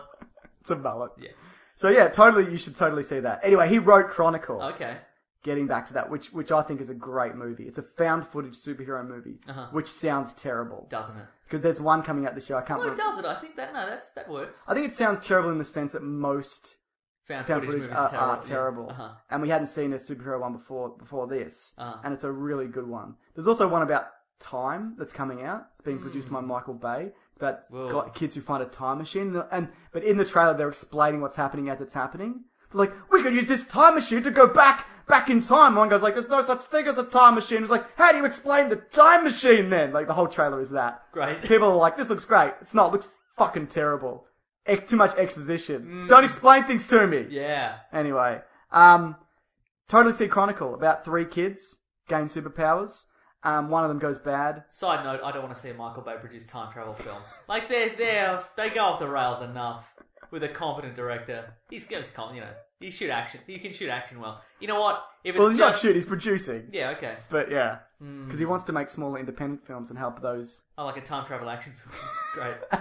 C: it's a mullet.
D: Yeah.
C: So yeah, totally, you should totally see that. Anyway, he wrote Chronicle.
D: Okay.
C: Getting back to that, which which I think is a great movie. It's a found footage superhero movie,
D: Uh-huh.
C: which sounds terrible.
D: Doesn't it?
C: Because there's one coming out this year. I can't
D: Well, it
C: remember.
D: does it. I think that, no, that's, that works.
C: I think it sounds terrible in the sense that most
D: Found,
C: found
D: footage,
C: footage,
D: movies
C: are,
D: terrible.
C: are terrible,
D: Yeah. Uh-huh.
C: and we hadn't seen a superhero one before before this,
D: Uh-huh.
C: and it's a really good one. There's also one about time that's coming out. It's being produced by Michael Bay. It's about
D: Hmm. Whoa.
C: got kids who find a time machine, and but in the trailer they're explaining what's happening as it's happening. They're like, we could use this time machine to go back back in time. One guy's like, there's no such thing as a time machine. It's like, how do you explain the time machine then? Like the whole trailer is that. [LAUGHS]
D: Great.
C: People are like, this looks great. It's not. It looks fucking terrible. Ex- too much exposition. Don't explain things to me.
D: Mm. Yeah.
C: Anyway, um, Totally See Chronicle about three kids gain superpowers. Um, one of them goes bad.
D: Side note: I don't want to see a Michael Bay produced time travel film. Like they're they they go off the rails enough with a competent director. He's good as com- you know. You shoot action. You can shoot action well. You know what? If it's
C: Well, he's not
D: just Mm.
C: shooting; he's producing.
D: yeah, okay.
C: But yeah, because he wants to make smaller independent films and help those.
D: I like a time travel action film. [LAUGHS] Great.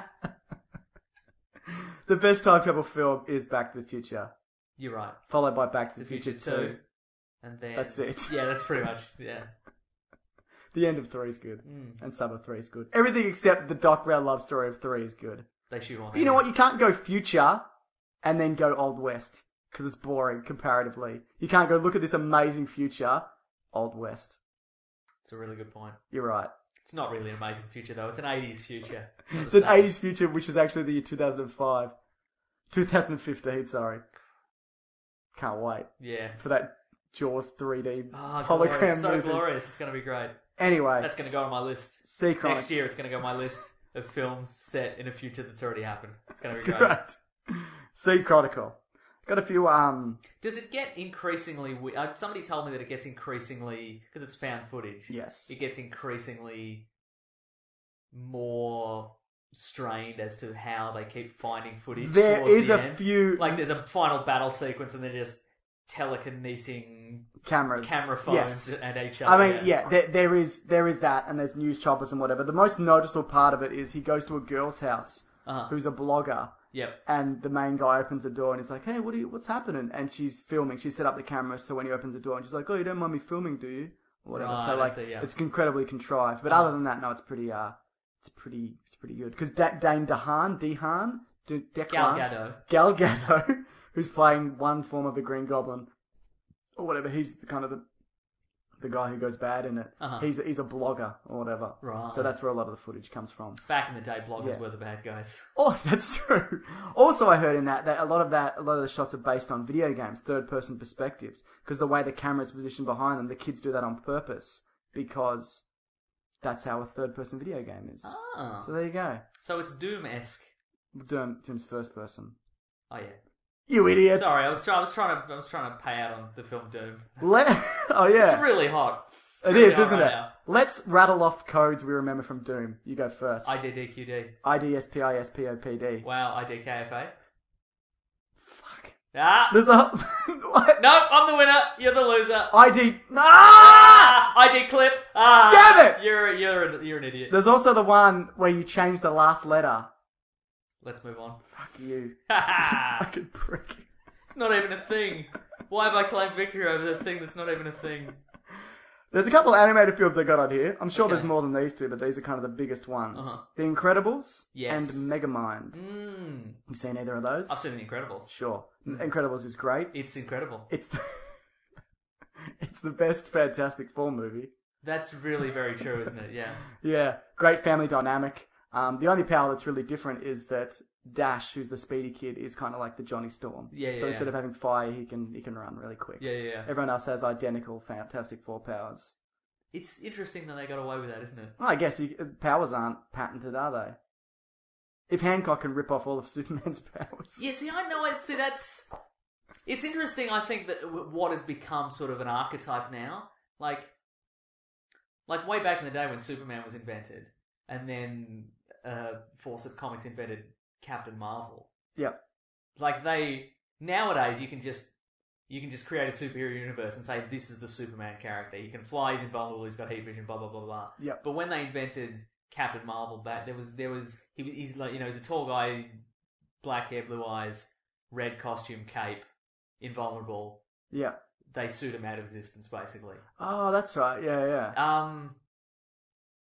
C: The best time travel film is Back to the Future,
D: You're right.
C: followed by Back to the,
D: The Future
C: Two.
D: Two, and then
C: That's it. [LAUGHS]
D: Yeah, that's pretty much yeah.
C: The end of Three is good,
D: Mm.
C: and Summer Three is good. Everything except the Doc Brown love story of Three is good.
D: They shoot on.
C: But you know what? You can't go future and then go old west because it's boring comparatively. You can't go look at this amazing future, old west.
D: It's a really good point.
C: You're right.
D: It's not really an amazing future though. It's an '80s future. Not
C: It's
D: the
C: an
D: same.
C: 80s future, which is actually the year 2005. 2015, sorry. Can't wait
D: Yeah.
C: for that Jaws 3D
D: Oh,
C: hologram
D: glorious. so
C: movie.
D: glorious. It's gonna be great.
C: Anyway,
D: That's
C: [LAUGHS]
D: going to go on my list.
C: Sea Chronic.
D: Next year, it's going to go on my list of films set in a future that's already happened. It's
C: [LAUGHS]
D: going to be great.
C: Correct. Sea Chronicle. Got a few, um,
D: Does it get increasingly we Uh, somebody told me that it gets increasingly because it's found footage.
C: Yes.
D: it gets increasingly more strained as to how they keep finding footage.
C: There
D: toward
C: is
D: the
C: a
D: end.
C: few-
D: like there's a final battle sequence, and they're just telekinesing
C: cameras.
D: camera
C: Yes.
D: phones at each
C: I
D: other.
C: mean, yeah, there, there is there is that, and there's news choppers and whatever. The most noticeable part of it is he goes to a girl's house
D: Uh-huh.
C: who's a blogger,
D: Yep.
C: and the main guy opens the door and he's like, "Hey, what are you, what's happening?" And she's filming. She set up the camera so when he opens the door, and she's like, "Oh, you don't mind me filming, do you?" Or Whatever.
D: Right,
C: so
D: I
C: like,
D: see, yeah. Uh-huh.
C: it's incredibly contrived. But other than that, no, it's pretty uh, it's pretty it's pretty good because da- Dane DeHaan, DeHaan, De-
D: Gal
C: Declan,
D: Gadot.
C: Gal Gadot, [LAUGHS] who's playing one form of the Green Goblin, or whatever. He's the kind of the the guy who goes bad in it.
D: Uh-huh.
C: He's he's a blogger or whatever.
D: Right.
C: So that's where a lot of the footage comes from.
D: Back in the day, bloggers
C: Yeah.
D: were the bad guys.
C: Oh, [LAUGHS] that's true. Also, I heard in that that a lot of that a lot of the shots are based on video games, third person perspectives, because the way the camera's positioned behind them, the kids do that on purpose because that's how a third person video game is.
D: Ah.
C: So there you go.
D: So it's Doom esque.
C: Doom, Doom's first person.
D: Oh yeah.
C: You idiots!
D: Sorry, I was try- I was trying to I was trying to pay out on the film Doom.
C: Le- [LAUGHS] oh yeah.
D: It's really hot. It's
C: It
D: really
C: is,
D: hot
C: isn't
D: right
C: it?
D: now.
C: Let's rattle off codes we remember from Doom. You go first.
D: IDDQD.
C: IDSPISPOPD.
D: Wow, IDKFA. Fuck. Ah!
C: There's a [LAUGHS]
D: No, I'm the winner. You're the loser.
C: ID. No!
D: Ah! ID clip. Ah!
C: Damn it!
D: You're you're an, you're an idiot.
C: There's also the one where you change the last letter.
D: Let's move on. [LAUGHS]
C: Fuck you.
D: it's
C: Fucking prick.
D: not even a thing. Why have I claimed victory over the thing that's not even a thing?
C: There's a couple of animated films I got on here. I'm sure there's more than these two, but these are kind of the biggest ones.
D: Uh-huh.
C: The Incredibles
D: Yes.
C: and Megamind.
D: Mm.
C: You've seen either of those?
D: I've seen Mm. The Incredibles.
C: Sure. Incredibles is great.
D: It's incredible.
C: It's the, [LAUGHS] it's the best Fantastic Four movie.
D: That's really very true, isn't it? Yeah.
C: Yeah, great family dynamic. Um, the only power that's really different is that Dash, who's the speedy kid, is kind of like the Johnny Storm.
D: Yeah, yeah,
C: So instead
D: yeah.
C: of having fire, he can he can run really quick.
D: Yeah, yeah, yeah.
C: Everyone else has identical Fantastic Four powers.
D: It's interesting that they got away with that, isn't it?
C: Well, I guess you, uh, powers aren't patented, are they? If Hancock can rip off all of [LAUGHS] Superman's powers,
D: Yeah, see, I know it. See, that's. It's interesting, I think, that w- what has become sort of an archetype now. Like, like way back in the day when Superman was invented, and then uh, Force of Comics invented Captain Marvel.
C: yeah,
D: Like, they. Nowadays, you can just. You can just create a superhero universe and say this is the Superman character. He can fly, he's invulnerable, he's got heat vision, blah blah blah blah.
C: yeah.
D: But when they invented Captain Marvel, back there was there was he was- he's like you know he's a tall guy, black hair, blue eyes, red costume, cape, invulnerable.
C: yeah.
D: They sued him out of existence basically.
C: Oh, that's right. Yeah, yeah.
D: Um,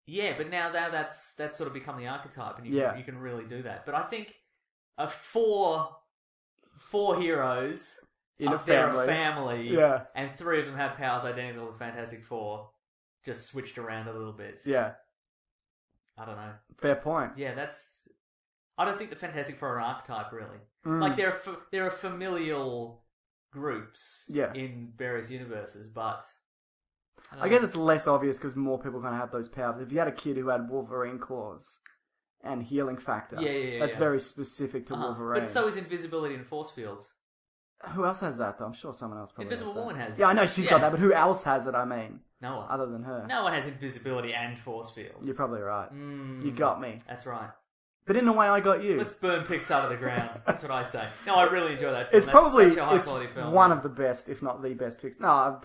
D: yeah, but now that that's that's sort of become the archetype, and you
C: Yeah.
D: can, you can really do that. But I think uh, four four heroes
C: In
D: uh,
C: a
D: they're
C: family.
D: family,
C: Yeah.
D: and three of them have powers identical to the Fantastic Four, just switched around a little bit.
C: Yeah,
D: I don't know.
C: fair point.
D: Yeah, that's. I don't think the Fantastic Four are an archetype really.
C: Mm.
D: Like there are fa- there are familial groups
C: Yeah.
D: in various universes, but uh, don't
C: I
D: know.
C: guess it's less obvious because more people kind of have those powers. If you had a kid who had Wolverine claws and healing factor,
D: Yeah, yeah, yeah,
C: that's
D: yeah.
C: very specific to
D: Uh-huh.
C: Wolverine.
D: But so is invisibility and force fields.
C: who else has that though? I'm sure someone else probably.
D: Invisible
C: has that.
D: Woman has-
C: Yeah, I know she's
D: yeah.
C: got that, but who else has it? I mean,
D: No one.
C: other than her.
D: No one has invisibility and force fields.
C: You're probably right.
D: Mm.
C: You got me.
D: That's right.
C: But in a way, I got you.
D: Let's burn Pixar to the ground. That's what I say. No, I really enjoy that. Film.
C: it's
D: That's
C: probably
D: such a high
C: it's
D: quality film.
C: one of the best, if not the best Pixar. No, I'm-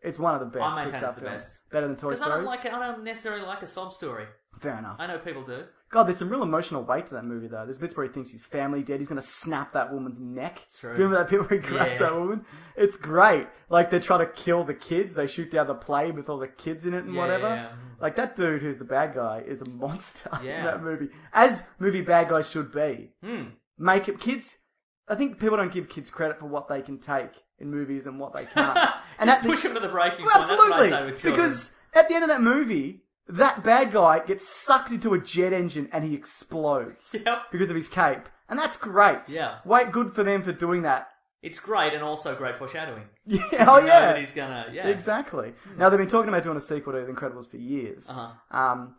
C: it's one of the best
D: I maintain
C: Pixar
D: it's the
C: films.
D: best.
C: Better than Toy
D: because I
C: Story.
D: don't like. I don't necessarily like a sob story.
C: Fair enough.
D: I know people do.
C: God, there's some real emotional weight to that movie, though. There's bits where he thinks his family dead. He's going to snap that woman's neck.
D: It's true.
C: Do you remember that bit where he grabs
D: Yeah.
C: that woman? It's great. Like, they're trying to kill the kids. They shoot down the plane with all the kids in it and
D: Yeah,
C: whatever.
D: yeah, yeah.
C: Like, that dude who's the bad guy is a monster [LAUGHS] in
D: Yeah.
C: that movie. As movie bad guys should be.
D: Hmm.
C: Make it... Kids... I think people don't give kids credit for what they can take in movies and what they
D: [LAUGHS]
C: can't. Uh, and
D: Just
C: that-
D: push them to the breaking
C: well,
D: point.
C: Absolutely,
D: That's what I say with children.
C: because at the end of that movie, that bad guy gets sucked into a jet engine and he explodes
D: [LAUGHS] Yep.
C: because of his cape, and that's great.
D: Yeah.
C: wait, good for them for doing that. [LAUGHS]
D: it's great and also great foreshadowing.
C: Yeah,
D: You
C: oh
D: know
C: yeah,
D: that he's gonna yeah
C: exactly. Now they've been talking about doing a sequel to The Incredibles for years.
D: Uh-huh.
C: Um,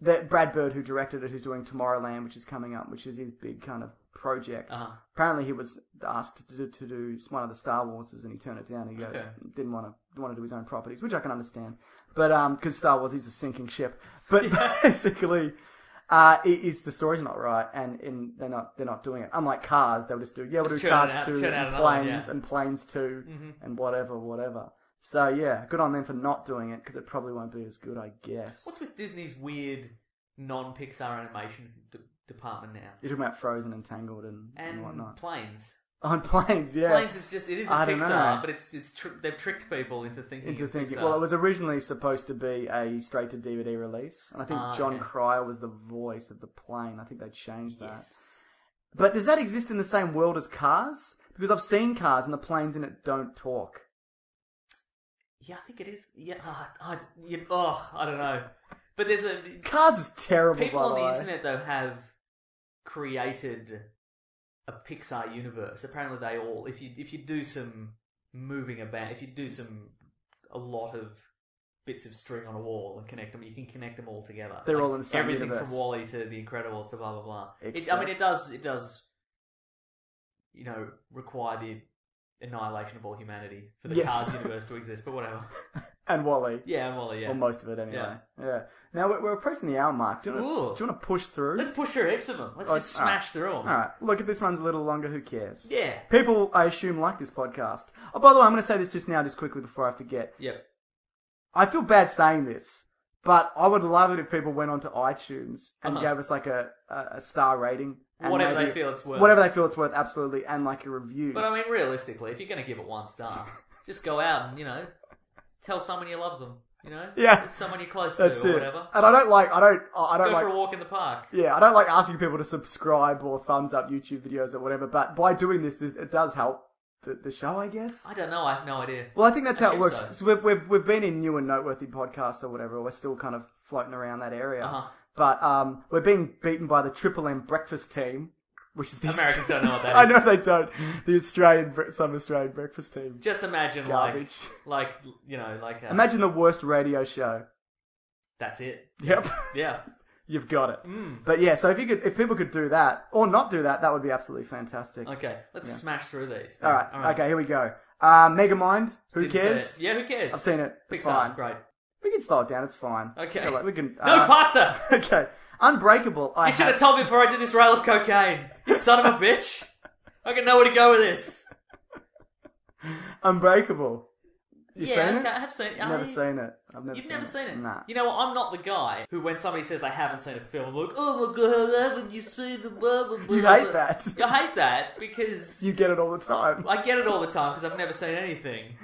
C: that Brad Bird, who directed it, who's doing Tomorrowland, which is coming up, which is his big kind of project.
D: Uh-huh.
C: Apparently, he was asked to do, to do one of the Star Warses, and he turned it down. He go-
D: Okay.
C: didn't want to want to do his own properties, which I can understand. But um, because Star Wars is a sinking ship, but [LAUGHS] basically. Uh, it is the story's not right, and, and they're not they're not doing it. Unlike Cars, they'll just do yeah, we'll
D: Just
C: do
D: churn
C: Cars
D: it out-
C: two
D: churn out
C: and
D: another one,
C: Planes
D: yeah.
C: and Planes 2
D: Mm-hmm.
C: and whatever, whatever. So yeah, good on them for not doing it because it probably won't be as good, I guess.
D: What's with Disney's weird non-Pixar animation de- department now?
C: You're talking about Frozen and Tangled and, and,
D: And
C: whatnot.
D: planes.
C: [LAUGHS] on planes, yeah.
D: Planes is just it is a
C: I
D: Pixar,
C: don't know.
D: but it's it's tr- they've tricked people into thinking
C: into
D: it's
C: thinking.
D: Pixar.
C: Well, it was originally supposed to be a straight to DVD release, and I think
D: Ah,
C: John
D: okay.
C: Cryer was the voice of the plane. I think they changed that.
D: yes.
C: But does that exist in the same world as Cars? Because I've seen Cars, and the planes in it don't talk.
D: Yeah, I think it is. Yeah, ah, ah, it's- you- oh, I don't know. But there's a
C: Cars is terrible.
D: people
C: by
D: on
C: the
D: the
C: way.
D: internet though have created a Pixar universe. Apparently, they all if you if you do some moving about, if you do some a lot of bits of string on a wall and connect them, you can connect them all together.
C: They're all in the same
D: everything
C: universe.
D: from Wally to The Incredibles to blah blah blah. It, I
C: Except-
D: mean, it does it does you know require the annihilation of all humanity for the
C: Yeah. [LAUGHS]
D: Cars universe to exist, but whatever. [LAUGHS]
C: and Wally.
D: Yeah, and Wally, yeah.
C: Or most of it, anyway. Yeah. Now we're, we're approaching the hour mark. Do you, want
D: Ooh.
C: to, do you want to push through?
D: Let's push through heaps of them. Let's
C: Like,
D: just smash
C: all right.
D: through them.
C: All right. Look, if this runs a little longer, who cares?
D: Yeah.
C: People, I assume, like this podcast. Oh, by the way, I'm going to say this just now, just quickly before I forget.
D: Yep.
C: I feel bad saying this, but I would love it if people went onto iTunes and
D: Uh-huh.
C: gave us like a, a, a star rating. And
D: Whatever they feel it's worth.
C: Whatever they feel it's worth, absolutely, and like a review.
D: But I mean, realistically, if you're going to give it
C: [LAUGHS]
D: one star, just go out and you know, tell someone you love them. You know,
C: yeah,
D: It's someone you're close
C: That's
D: to
C: it.
D: or whatever.
C: And I don't like, I don't, I don't
D: go
C: like.
D: for a walk in the park.
C: Yeah, I don't like asking people to subscribe or thumbs up YouTube videos or whatever, but by doing this, this it does help the, the show, I guess.
D: I don't know. I have no idea.
C: Well, I think that's how it
D: think
C: works.
D: so.
C: So we've, we've, we've been in new and noteworthy podcasts or whatever. We're still kind of floating around that area.
D: Uh-huh.
C: But um, we're being beaten by the Triple M breakfast team, which is the
D: Americans don't know what
C: [LAUGHS]
D: that
C: I
D: is.
C: know they don't. The Australian, bre- some Australian breakfast team.
D: Just imagine,
C: Garbage.
D: [LAUGHS] like, like you know, like uh,
C: Imagine the worst radio show. [LAUGHS]
D: that's it.
C: Yep.
D: Yeah,
C: You've got it.
D: Mm.
C: But yeah, so if you could, if people could do that or not do that, that would be absolutely fantastic.
D: Okay, let's
C: Yeah.
D: smash through these.
C: All right. Okay, here we go. Uh, Megamind. Who
D: Didn't say
C: cares?
D: it. Yeah, who cares?
C: I've seen it. It's
D: Pixar,
C: fine.
D: great.
C: We can slow it down. It's fine.
D: Okay.
C: Feel like We can. uh,
D: No faster!
C: [LAUGHS] Okay. Unbreakable. I
D: You should have
C: had-
D: told me before I did this rail of cocaine. You son
C: [LAUGHS]
D: of a bitch. I can know where to go with this.
C: Unbreakable. You
D: yeah,
C: seen
D: okay,
C: it?
D: I have seen it.
C: I've never
D: I-
C: seen it. I've never
D: You've
C: seen
D: never
C: it.
D: seen it.
C: Nah.
D: You know what? I'm not the guy who, when somebody says they haven't seen a film, look, oh my god, haven't you seen the blah, blah, blah,
C: You hate
D: blah."
C: that.
D: You hate that
C: [LAUGHS]
D: because
C: You get it all the time.
D: I get it all the time because I've never
C: [LAUGHS]
D: seen anything,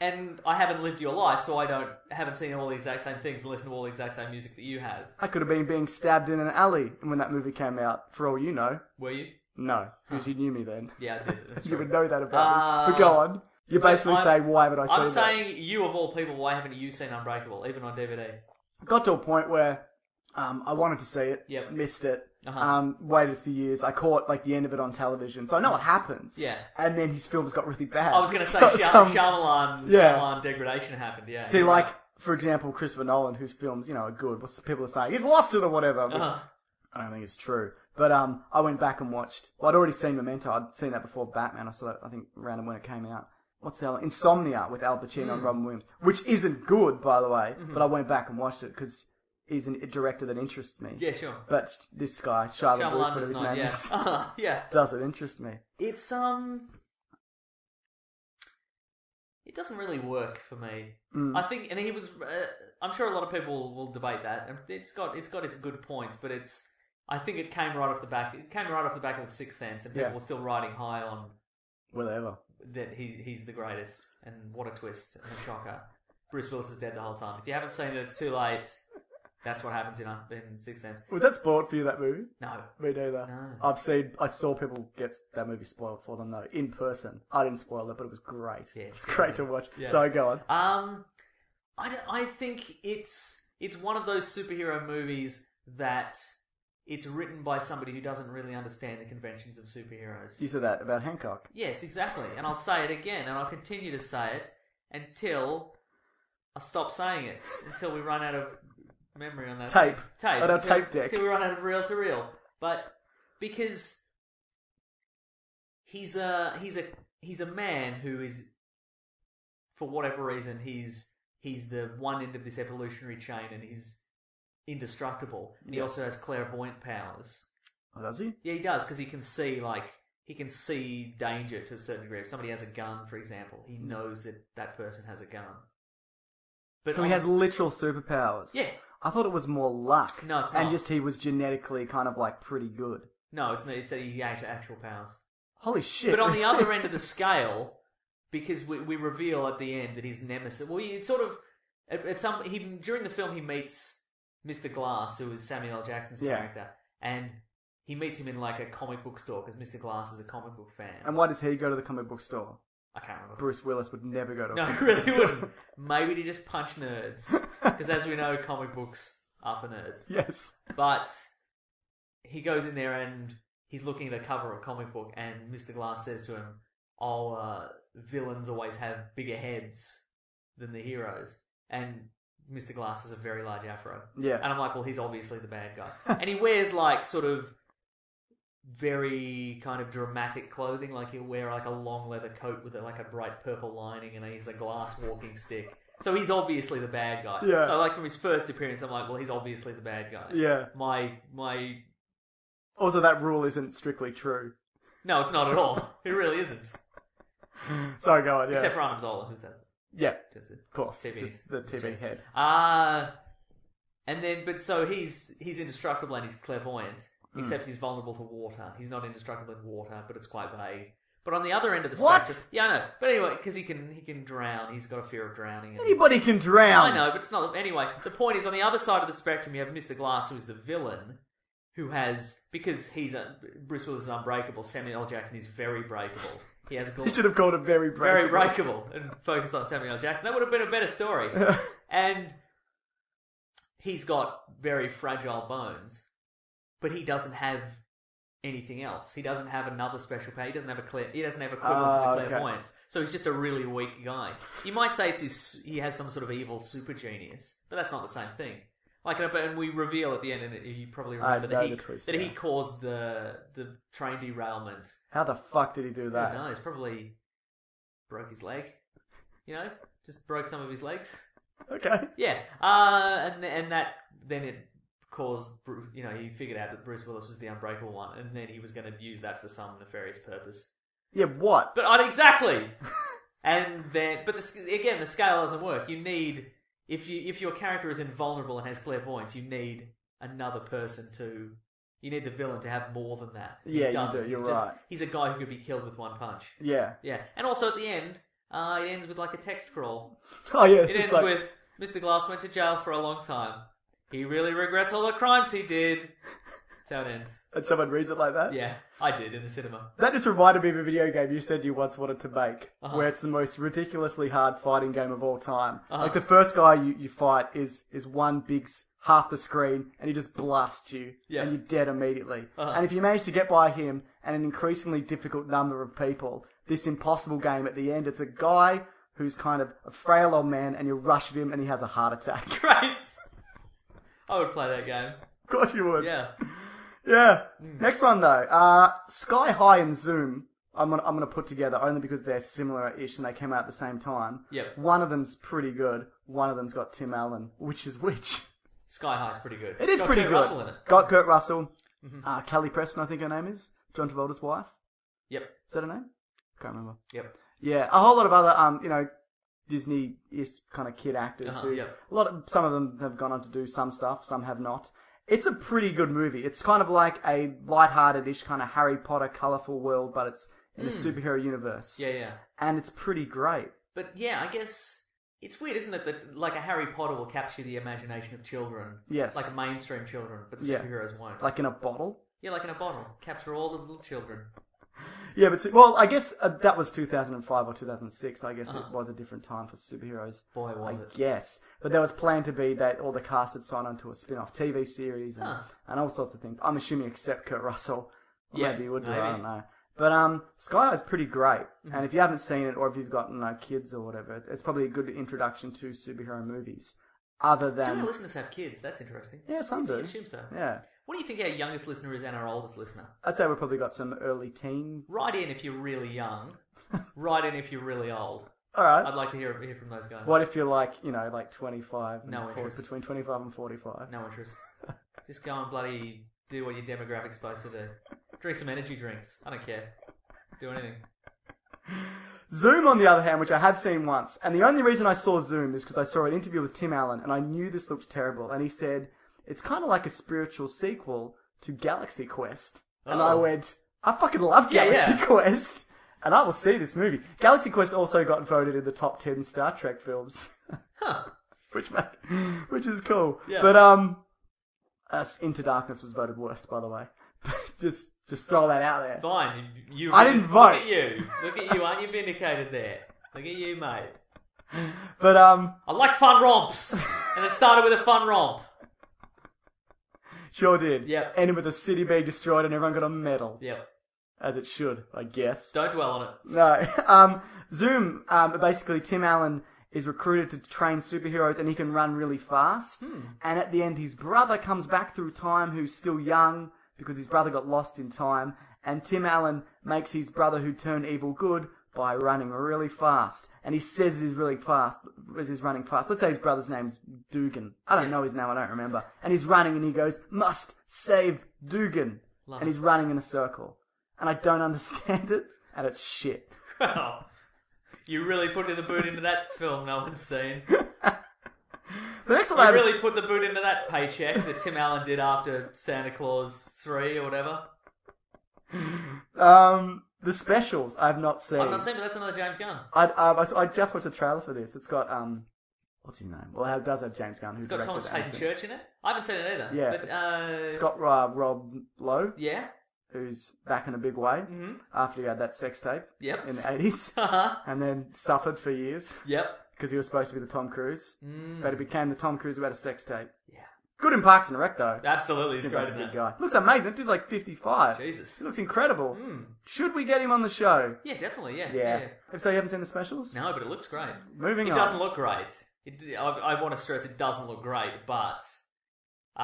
D: and I haven't lived your life, so I don't haven't seen all the exact same things and listened to all the exact same music that you have.
C: I could have been being stabbed in an alley when that movie came out. For all you know,
D: Were you?
C: no, because you knew me then. [LAUGHS]
D: Yeah, I did. That's
C: you
D: true.
C: would know that about
D: Uh,
C: me. But go on. You're
D: but
C: basically
D: I'm-
C: saying, why would I say
D: I'm
C: that?
D: saying you of all people, why haven't you seen Unbreakable, even on DVD?
C: got to a point where um, I wanted to see it,
D: Yep.
C: missed it,
D: Uh-huh.
C: um, waited for years. I caught like the end of it on television, so I know what happens.
D: Yeah.
C: and then his films got really bad.
D: I was
C: [LAUGHS]
D: going to say
C: So-
D: Shy-
C: some-
D: Shyamalan,
C: Yeah.
D: Shyamalan degradation happened. Yeah.
C: See,
D: you're
C: like
D: right.
C: for example, Christopher Nolan, whose films you know are good. What's people are saying he's lost it or whatever, which
D: Uh-huh.
C: I don't think it's true. But um, I went back and watched. Well, I'd already seen Memento. I'd seen that before Batman. I saw that I think random when it came out. What's the other? Insomnia with Al Pacino
D: Hmm.
C: and Robin Williams, which isn't good, by the way.
D: Mm-hmm.
C: But I went back and watched it because he's an, a director that interests me.
D: yeah, sure.
C: But this guy, Shia LaBeouf,
D: Shyamalan
C: whatever
D: does
C: his
D: not.
C: name
D: Yeah.
C: is, [LAUGHS]
D: Uh-huh, [LAUGHS] yeah.
C: doesn't interest me.
D: It's um, it doesn't really work for me. I think, and he was. Uh, I'm sure a lot of people will debate that, and it's got it's got its good points, but it's. I think it came right off the back. It came right off the back of the Sixth Sense, and people
C: Yeah.
D: were still riding high on
C: Whatever.
D: that he he's the greatest, and what a twist and a shocker. Bruce Willis is dead the whole time. If you haven't seen it, it's too late. That's what happens in, in Sixth Sense.
C: Was that sport for you, that movie?
D: No,
C: Me neither.
D: No.
C: I've seen, I saw people get that movie spoiled for them though, in person. I didn't spoil it, but it was great.
D: Yeah,
C: it's
D: it's
C: great
D: great.
C: to watch.
D: Yeah.
C: So go on.
D: Um, I, don't- I think it's it's one of those superhero movies that it's written by somebody who doesn't really understand the conventions of superheroes.
C: You said that about Hancock.
D: Yes, exactly. And I'll say it again, and I'll continue to say it until I stop saying it, until we run out of memory on that
C: Tape.
D: tape,
C: On our
D: until-
C: tape deck.
D: until we run out of reel to reel. But because he's a he's a he's a man who is, for whatever reason, he's he's the one end of this evolutionary chain, and he's indestructible. And he
C: Yes.
D: also has clairvoyant powers.
C: Oh, does he?
D: Yeah, he does because he can see like he can see danger to a certain degree. If somebody has a gun, for example,
C: Mm.
D: he knows that that person has a gun. But
C: so he
D: on-
C: has literal superpowers.
D: Yeah.
C: I thought it was more luck.
D: No, it's
C: And
D: not.
C: just he was genetically kind of like pretty good.
D: no. It's not, it's he has actual powers.
C: Holy shit.
D: But on
C: [LAUGHS]
D: the other end of the scale, because we, we reveal at the end that his nemesis. Well, it's sort of at, at some he during the film he meets Mr. Glass, who is Samuel L. Jackson's
C: Yeah.
D: character, and he meets him in like a comic book store because Mr. Glass is a comic book fan.
C: And why does he go to the comic book store?
D: I can't remember.
C: Bruce Willis would never go to a
D: No,
C: comic
D: he
C: book
D: [LAUGHS] really
C: store.
D: wouldn't. Maybe to just punch nerds. Because as we know, comic books are for nerds.
C: [LAUGHS] Yes.
D: But he goes in there and he's looking at a cover of a comic book, and Mr. Glass says to him, Oh, uh, villains always have bigger heads than the heroes. And Mr. Glass has a very large afro.
C: Yeah.
D: And I'm like, Well, he's obviously the
C: [LAUGHS]
D: bad guy. and he wears, like, sort of very kind of dramatic clothing. Like he'll wear like a long leather coat with like a bright purple lining, and he's a glass walking stick. So he's obviously the bad guy.
C: Yeah.
D: So like from his first appearance, I'm like, well, he's obviously the bad guy.
C: Yeah.
D: My my.
C: Also, that rule isn't strictly true.
D: No, it's not at all. It really isn't.
C: Sorry, go on. Yeah.
D: Except for Arnim Zola, who's that?
C: yeah,
D: Just the
C: of course.
D: TV.
C: Just the TV head.
D: Ah, and then but so he's he's indestructible and he's clairvoyant,
C: Hmm.
D: except he's vulnerable to water. He's not indestructible in water, but it's quite vague. But on the other end of the
C: What?
D: spectrum, yeah, I know. But anyway, because he can he can drown, he's got a fear of drowning. and-
C: Anybody can drown.
D: I know, but it's not. Anyway, the point is on the other side of the spectrum, you have Mr. Glass, who's the villain, who has because he's un Bruce Willis is unbreakable. Samuel L. Jackson is very breakable. He has gla-
C: You should have called it very brave.
D: very breakable and focus on Samuel L. Jackson. That would have been a
C: [LAUGHS]
D: better story. and he's got very fragile bones, but he doesn't have anything else. He doesn't have another special power. He doesn't have a clear. He doesn't have equivalent
C: Ah,
D: to
C: okay.
D: the clairvoyance. So he's just a really weak guy. You might say it's his, he has some sort of evil super genius, but that's not the same thing. Like, and- and we reveal at the end, and you probably
C: I
D: remember
C: know
D: that he,
C: the twist,
D: that he
C: yeah.
D: caused the the train derailment
C: How the fuck did he do that?
D: no, he's probably broke his leg. You know, just broke some of his legs.
C: Okay.
D: Yeah, uh, and and that then it caused Bru- you know he figured out that Bruce Willis was the unbreakable one, and then he was going to use that for some nefarious purpose.
C: Yeah. What?
D: But
C: [LAUGHS]
D: I exactly. and then, but the, sc- again, the scale doesn't work. You need if you if your character is invulnerable and has clairvoyance, you need another person to. You need the villain to have more than that. He
C: Yeah, you
D: doesn't.
C: do, you're
D: he's just-
C: right.
D: He's a guy who could be killed with one punch.
C: Yeah. [LAUGHS]
D: Yeah, and also at the end, uh, it ends with like a text crawl.
C: Oh yeah.
D: It
C: it's
D: ends
C: like-
D: with Mr. Glass went to jail for a long time. He really regrets all the crimes he did. That's how it ends.
C: and someone reads it like that.
D: Yeah, I did in the cinema. [LAUGHS]
C: That just reminded me of a video game you said you once wanted to make,
D: Uh-huh.
C: where it's the most ridiculously hard fighting game of all time.
D: Uh-huh.
C: Like the first guy you, you fight is is one big s- half the screen, and he just blasts you,
D: Yeah.
C: and you're dead immediately.
D: Uh-huh.
C: And if you manage to get by him and an increasingly difficult number of people, this impossible game at the end, it's a guy who's kind of a frail old man, and you rush at him, and he has a heart attack. [LAUGHS] of
D: Great. I would play that game.
C: course you would.
D: Yeah.
C: Yeah.
D: Hmm.
C: Next one though, uh, Sky High and Zoom. I'm gonna, I'm gonna put together only because they're similar-ish and they came out at the same time.
D: Yep.
C: One of them's pretty good. One of them's got Tim Allen. Which is which? [LAUGHS]
D: Sky High's pretty good.
C: It is
D: Got
C: pretty
D: Kurt
C: good.
D: Russell in it. Mm-hmm.
C: Got Kurt Russell. Uh, Kelly Preston, I think her name is. John Travolta's wife.
D: Yep.
C: Is that her name? Can't remember.
D: Yep.
C: Yeah, a whole lot of other, um, you know, Disney is kind of kid actors.
D: Uh-huh,
C: who,
D: yep.
C: A lot of some of them have gone on to do some stuff, some have not. It's a pretty good movie. It's kind of like a light-hearted-ish kind of Harry Potter colorful world, but it's in a superhero universe.
D: Hmm. Yeah, yeah.
C: and it's pretty great.
D: But yeah, I guess it's weird, isn't it? That like a Harry Potter will capture the imagination of children.
C: Yes.
D: Like mainstream children, but
C: Yeah.
D: superheroes won't.
C: Like in a bottle.
D: yeah, like in a bottle, capture all the little children.
C: Yeah, but see- well, I guess uh, that was 2005 or 2006. I guess it
D: Uh-huh.
C: was a different time for superheroes.
D: Boy, was
C: I
D: it.
C: guess. But there was planned to be that all the cast had signed on to a spin off TV series and,
D: Huh.
C: and all sorts of things. I'm assuming except Kurt Russell. Or
D: Yeah,
C: maybe he would be, I
D: maybe. Mm-hmm.
C: don't know. But um, Sky High is pretty great. And if you haven't seen it or if you've got you know, kids or whatever, it's probably a good introduction to superhero movies. Other
D: Do
C: than.
D: our listeners have kids? That's interesting.
C: Um, Yeah, some do.
D: I assume so.
C: Yeah.
D: What do you think our youngest listener is and our oldest listener?
C: I'd say we've probably got some early teen.
D: Write in if you're really young. Write in if you're
C: [LAUGHS]
D: really old.
C: Alright.
D: I'd like to hear, hear from those guys.
C: What if you're like, you know, like 25,
D: No
C: and 40,
D: interest.
C: between 25 and 45?
D: No interest. Just go and bloody do what your demographic's supposed to do. Drink some energy drinks. I don't care. Do anything.
C: Zoom, on the other hand, which I have seen once, and the only reason I saw Zoom is because I saw an interview with Tim Allen, and I knew this looked terrible, and he said, it's kind of like a spiritual sequel to Galaxy Quest. And I
D: Oh.
C: went, I fucking love
D: Yeah,
C: Galaxy [LAUGHS]
D: yeah.
C: Quest, and I will see this movie. Galaxy Quest also got voted in the top 10 Star Trek films. [LAUGHS] which ma- which is cool.
D: Yeah.
C: But um, us Into Darkness was voted worst, by the way. [LAUGHS] just just throw that out there.
D: Fine. You, you,
C: I didn't
D: look
C: vote.
D: at you. Look at you. Aren't you vindicated there? Look at you, mate.
C: But um,
D: I like fun
C: [LAUGHS]
D: romps. And it started with a fun romp.
C: sure did.
D: Yep.
C: Ended with the city being destroyed and everyone got a medal,
D: Yep.
C: as it should, I guess.
D: Don't dwell on it.
C: No. [LAUGHS] Um, Zoom. Um, basically Tim Allen is recruited to train superheroes, and he can run really fast.
D: Hmm.
C: And at the end, his brother comes back through time, who's still young because his brother got lost in time. And Tim Allen makes his brother, who turned evil, good by running really fast. And he says he's really fast as he's running fast. Let's say his brother's name's Dugan. I don't know his name, I don't remember. And he's running and he goes, must save Dugan.
D: Love
C: and
D: it.
C: he's running in a circle. And I don't [LAUGHS] understand it, and it's shit.
D: Wow. You really put the boot into that film no
C: [LAUGHS]
D: one's seen.
C: The next one I
D: You
C: have is-
D: really put the boot into that paycheck that Tim Allen did after Santa Claus 3 or whatever.
C: Um, the specials I've not seen.
D: I've not seen, but that's another James Gunn.
C: I, um, I, s- I just watched a trailer for this. It's got um, what's his name? Well, it does have James Gunn, who
D: It's got
C: directed
D: Thomas Hayden
C: Anderson.
D: Church in it. I haven't seen it either.
C: Yeah.
D: But, uh,
C: It's got uh, Rob Lowe,
D: Yeah.
C: who's back in a big way
D: Mhm.
C: after he had that sex tape
D: Yep.
C: in the eighties,
D: [LAUGHS] Uh-huh.
C: and then suffered for years
D: Yep.
C: because he was supposed to be the Tom Cruise,
D: Mm.
C: but it became the Tom Cruise without a sex tape.
D: Yeah.
C: Good in Parks and Rec though.
D: Absolutely, he's
C: Seems
D: great
C: like a
D: in
C: good
D: that.
C: guy. Looks amazing. That dude's like fifty-five.
D: Jesus.
C: He looks incredible.
D: Mm.
C: Should we get him on the show?
D: Yeah, definitely, yeah.
C: Yeah. So you haven't seen the specials?
D: No, but it looks great.
C: Moving
D: it
C: on.
D: doesn't look great. It, I, I want to stress it doesn't look great, but uh,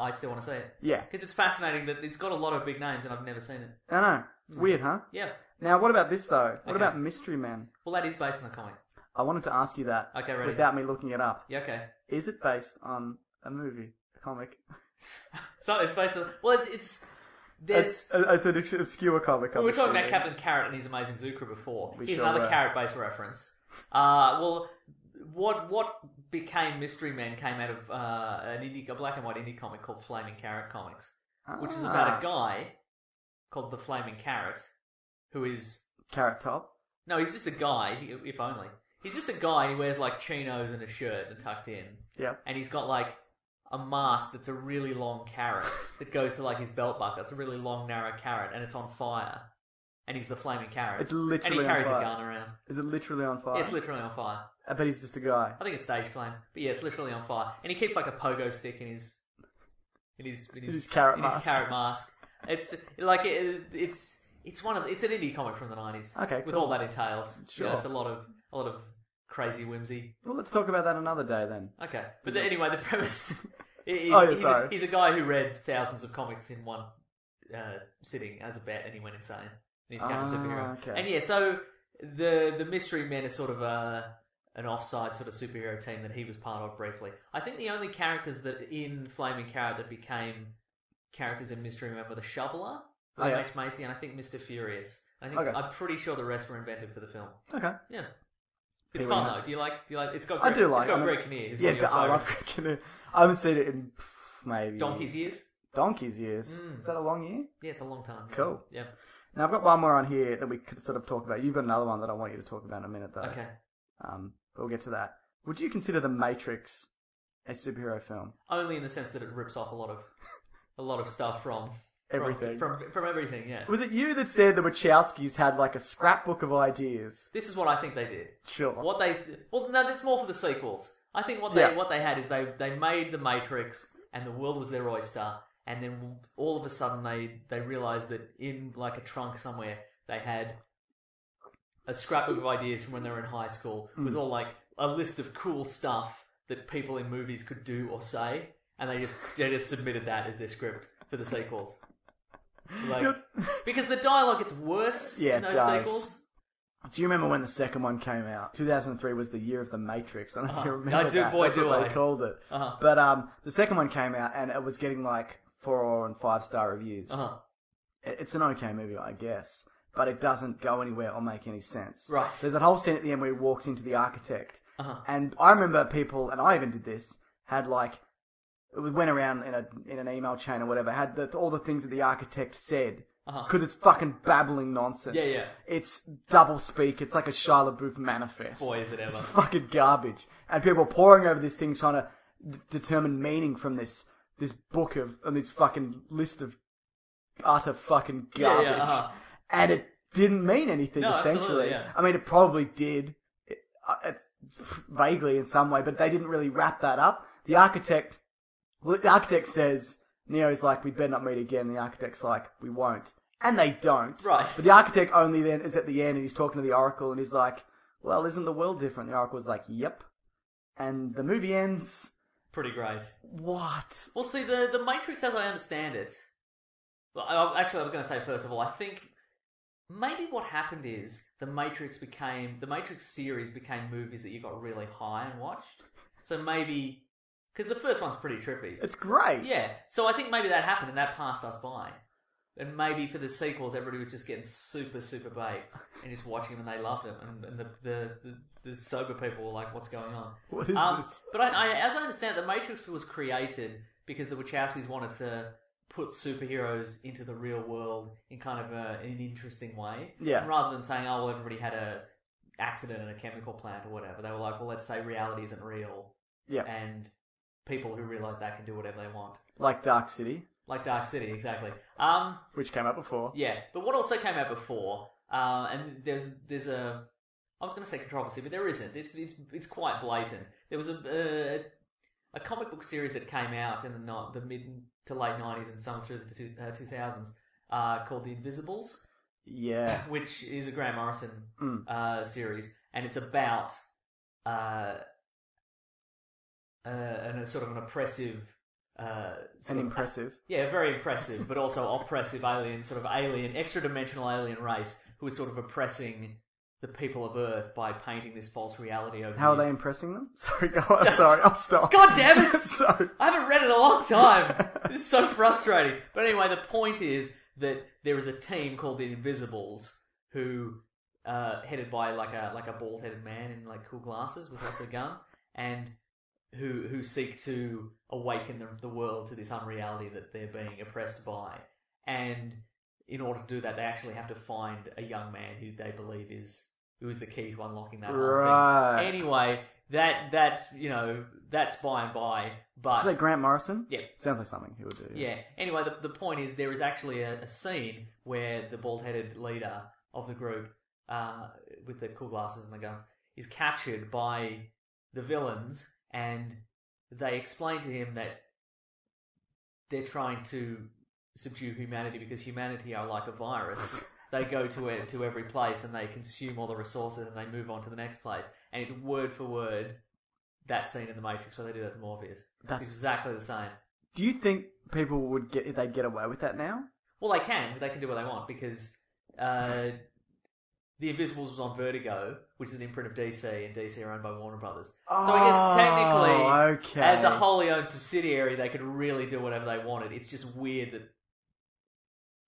D: I still want to see it.
C: Yeah.
D: Because it's fascinating that it's got a lot of big names and I've never seen it.
C: I know. It's weird, huh?
D: Yeah.
C: Now, what about this though? What
D: Mm. Okay.
C: about Mystery Men?
D: Well, that is based on the comic.
C: I wanted to ask you that
D: Okay, ready.
C: without me looking it up.
D: Yeah, okay.
C: Is it based on a movie, a comic?
D: So it's based on. Well, it's. it's there's.
C: It's, uh, it's an obs- obscure comic.
D: we were talking about
C: obviously.
D: Captain Carrot and his amazing Zucra before.
C: We
D: Here's
C: sure
D: another
C: were.
D: carrot-based reference. Uh, well, what what became Mystery Men came out of uh, an indie, a black and white indie comic called Flaming Carrot Comics, which is about
C: Ah.
D: a guy called the Flaming Carrot, who is
C: Carrot Top.
D: no, he's just a guy. he- If only he's just a guy. and He wears like chinos and a shirt and tucked in
C: Yeah.
D: and he's got like a mask that's a really long carrot that goes to like his belt buckle. It's a really long, narrow carrot, and it's on fire. And he's the flaming carrot.
C: It's literally
D: and
C: on
D: he carries
C: fire.
D: a gun around.
C: Is it literally on fire?
D: Yeah, it's literally on fire.
C: I bet he's just a guy.
D: I think it's stage flame, but yeah, it's literally on fire. And he keeps like a pogo stick in his in his in his,
C: His carrot
D: in
C: mask.
D: His carrot mask. It's like it, it's it's one of it's an indie comic from the nineties.
C: Okay,
D: with
C: cool.
D: all that entails. You know,
C: Sure.
D: it's a lot of a lot of crazy whimsy.
C: Well, let's talk about that another day then.
D: Okay, but the- anyway, the premise. [LAUGHS] He's,
C: Oh, yeah,
D: he's, a,
C: sorry.
D: he's a guy who read thousands of comics in one uh, sitting as a bet, and he went insane. He became
C: Ah,
D: a superhero.
C: okay.
D: And yeah, so the the Mystery Men are sort of a an offside sort of superhero team that he was part of briefly. I think the only characters that in Flaming Carrot that became characters in Mystery Men were the Shoveler,
C: Oh, yeah.
D: IMH Macy, and I think Mister Furious. I think
C: Okay.
D: I'm pretty sure the rest were invented for the film.
C: Okay.
D: Yeah. It's
C: Here we
D: fun
C: are.
D: though. Do you like? Do you like? It's got.
C: I
D: Greg-
C: do like.
D: It's
C: I
D: got
C: mean-
D: Greg Kinnear. who's
C: Yeah,
D: one of your
C: I love
D: favourites.
C: Kinnear. I haven't seen it in pff, maybe
D: Donkey's Ears.
C: Donkey's years.
D: Mm.
C: Is that a long year?
D: Yeah, it's a long time. yeah.
C: Cool.
D: Yeah.
C: Now I've got one more on here that we could sort of talk about. You've got another one that I want you to talk about in a minute, though.
D: Okay.
C: Um, we'll get to that. Would you consider The Matrix a superhero film?
D: Only in the sense that it rips off a lot of, a lot of stuff from from-
C: Everything.
D: from from, everything. Yeah.
C: Was it you that said the Wachowskis had like a scrapbook of ideas?
D: This is what I think they did.
C: Sure.
D: What they well, no, that's more for the sequels. I think what they
C: Yeah.
D: what they had is they they made the Matrix and the world was their oyster, and then all of a sudden they they realized that in like a trunk somewhere they had a scrapbook of ideas from when they were in high school
C: Hmm.
D: with all like a list of cool stuff that people in movies could do or say, and they just they just submitted that as their script for the sequels. Like, because the dialogue gets worse
C: Yeah,
D: in
C: it
D: those
C: does.
D: sequels.
C: Do you remember when the second one came out? 2003 was the year of the Matrix. I don't know if you
D: Uh-huh.
C: remember
D: I do,
C: that.
D: boy,
C: That's
D: do
C: what
D: I.
C: they called it.
D: Uh-huh.
C: But um, the second one came out and it was getting like four and five star reviews.
D: Uh-huh.
C: It- It's an okay movie, I guess, but it doesn't go anywhere or make any sense.
D: Right.
C: There's that whole scene at the end where he walks into the architect,
D: Uh-huh.
C: and I remember people, and I even did this, had like it was- went around in a in an email chain or whatever, had the, all the things that the architect said.
D: Uh-huh.
C: Because it's fucking babbling nonsense.
D: Yeah, yeah.
C: It's double speak. It's like a Shia LaBeouf manifest.
D: Boy, is it ever.
C: It's fucking garbage. And people are pouring over this thing, trying to d- determine meaning from this this book of and this fucking list of utter fucking
D: Yeah,
C: garbage.
D: yeah, uh-huh.
C: And it didn't mean anything.
D: No,
C: essentially,
D: absolutely, yeah.
C: I mean, it probably did, it, uh, it's vaguely in some way, but they didn't really wrap that up. The architect, well, the architect says Neo's like, "We would better not meet again." The architect's like, "We won't," and they don't.
D: Right.
C: But the architect only then is at the end, and he's talking to the oracle, and he's like, "Well, isn't the world different?" The oracle's like, "Yep." And the movie ends.
D: Pretty great.
C: What?
D: Well, see, the the Matrix, as I understand it, well, I, I- actually, I was going to say first of all, I think Maybe what happened is the Matrix became the Matrix series became movies that you got really high and watched. So maybe because the first one's pretty trippy.
C: It's great.
D: Yeah. So I think maybe that happened and that passed us by. And maybe for the sequels, everybody was just getting super, super baked and just watching them and they loved them. And, and the, the, the, the sober people were like, what's going on?
C: What is
D: um,
C: this?
D: But I, I, as I understand it, The Matrix was created because the Wachowskis wanted to put superheroes into the real world in kind of a, an interesting way.
C: Yeah.
D: And rather than saying, oh, well, everybody had a accident in a chemical plant or whatever, they were like, well, let's say reality isn't real.
C: Yeah.
D: And people who realize that can do whatever they want.
C: Like Dark City,
D: Like Dark City, exactly. Um,
C: which came out before.
D: yeah, but what also came out before, uh, and there's there's a I was going to say controversy, but there isn't. It's it's it's quite blatant. There was a a, a comic book series that came out in the ni- the mid to late '90s and some through the two, uh, 2000s uh, called The Invisibles, [LAUGHS]
C: Yeah.
D: which is a Graham Morrison
C: Mm.
D: uh, series, and it's about uh, uh, an, a sort of an oppressive. Uh, sort
C: And
D: of-
C: impressive.
D: yeah, very impressive, but also oppressive alien, sort of alien, extra dimensional alien race who is sort of oppressing the people of Earth by painting this false reality over
C: How are
D: you.
C: they impressing them? [LAUGHS] Sorry, go on. Sorry, I'll stop.
D: God
C: [LAUGHS]
D: damn it!
C: Sorry.
D: I haven't read it in a long time. this is so frustrating. But anyway, the point is that there is a team called the Invisibles who, uh, headed by like a like a bald headed man in like cool glasses with lots of guns, and who who seek to awaken the, the world to this unreality that they're being oppressed by. And in order to do that, they actually have to find a young man who they believe is who is the key to unlocking that. whole thing.
C: Right.
D: Anyway, that that you know that's by and by, but
C: Is that Grant Morrison?
D: yeah,
C: Sounds like something he would do.
D: yeah. Anyway, the, the point is there is actually a, a scene where the bald-headed leader of the group, uh, with the cool glasses and the guns, is captured by the villains, and they explain to him that they're trying to subdue humanity because humanity are like a [LAUGHS] virus. they go to it, to every place and they consume all the resources and they move on to the next place. And it's word for word that scene in the Matrix where they do that to Morpheus.
C: That's-
D: That's exactly the same.
C: Do you think people would get they get away with that now?
D: Well, they can. They can do what they want because uh, the Invisibles was on Vertigo, which is an imprint of DC, and DC are owned by Warner Brothers. so
C: Oh,
D: I guess
C: okay.
D: technically, as a wholly owned subsidiary, they could really do whatever they wanted. It's just weird that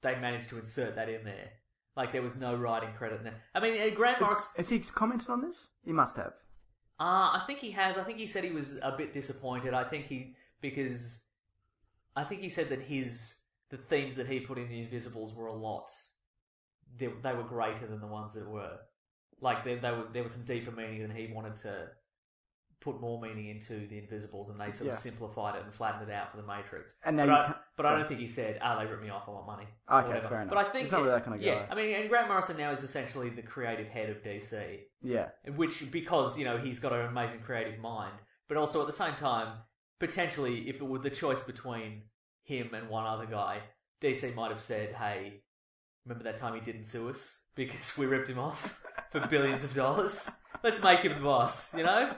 D: they managed to insert that in there. Like there was no writing credit in there. I mean, uh, Grant
C: Is,
D: Morris.
C: has he commented on this? He must have.
D: Uh, I think he has. I think he said he was a bit disappointed. I think he because I think he said that his the themes that he put in the Invisibles were a lot. They, they were greater than the ones that were like they, they were there was some deeper meaning and he wanted to put more meaning into the Invisibles and they sort
C: Yeah.
D: of simplified it and flattened it out for the Matrix.
C: And now
D: but
C: you
D: I,
C: can't-
D: but I
C: sorry.
D: don't think he said, "Ah, they ripped me off. I want money." or
C: Okay,
D: whatever.
C: fair enough.
D: But I think
C: It's not really that kind of guy.
D: yeah. I mean, and Grant Morrison now is essentially the creative head of DC
C: Yeah.
D: which because you know he's got an amazing creative mind, but also at the same time, potentially if it were the choice between him and one other guy, DC might have said, "Hey, remember that time he didn't sue us because [LAUGHS] we ripped him off for billions of dollars? Let's make him the boss, you know?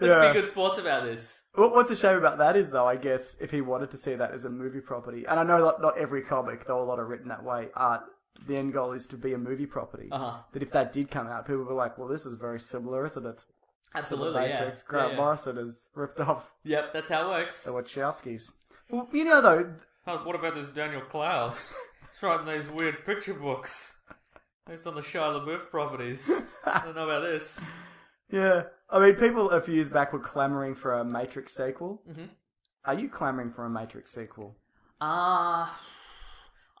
D: Let's
C: Yeah.
D: be good sports about this."
C: What, what's a shame about that is though, I guess if he wanted to see that as a movie property, and I know not, not every comic, though a lot are written that way, art. The end goal is to be a movie property.
D: Uh-huh.
C: That if that did come out, people were like, "Well, this is very similar, isn't it?" to the
D: Absolutely, yeah.
C: Matrix. Grant
D: yeah, yeah.
C: Morrison has ripped off
D: Yep, that's how it works.
C: the Wachowskis. Well, you know though,
D: Oh, what about this Daniel Klaus? He's writing these weird picture books based on the Shia LaBeouf properties. I don't know about this.
C: yeah. I mean, people a few years back were clamoring for a Matrix sequel. Mm-hmm. Are you clamoring for a Matrix sequel?
D: Ah,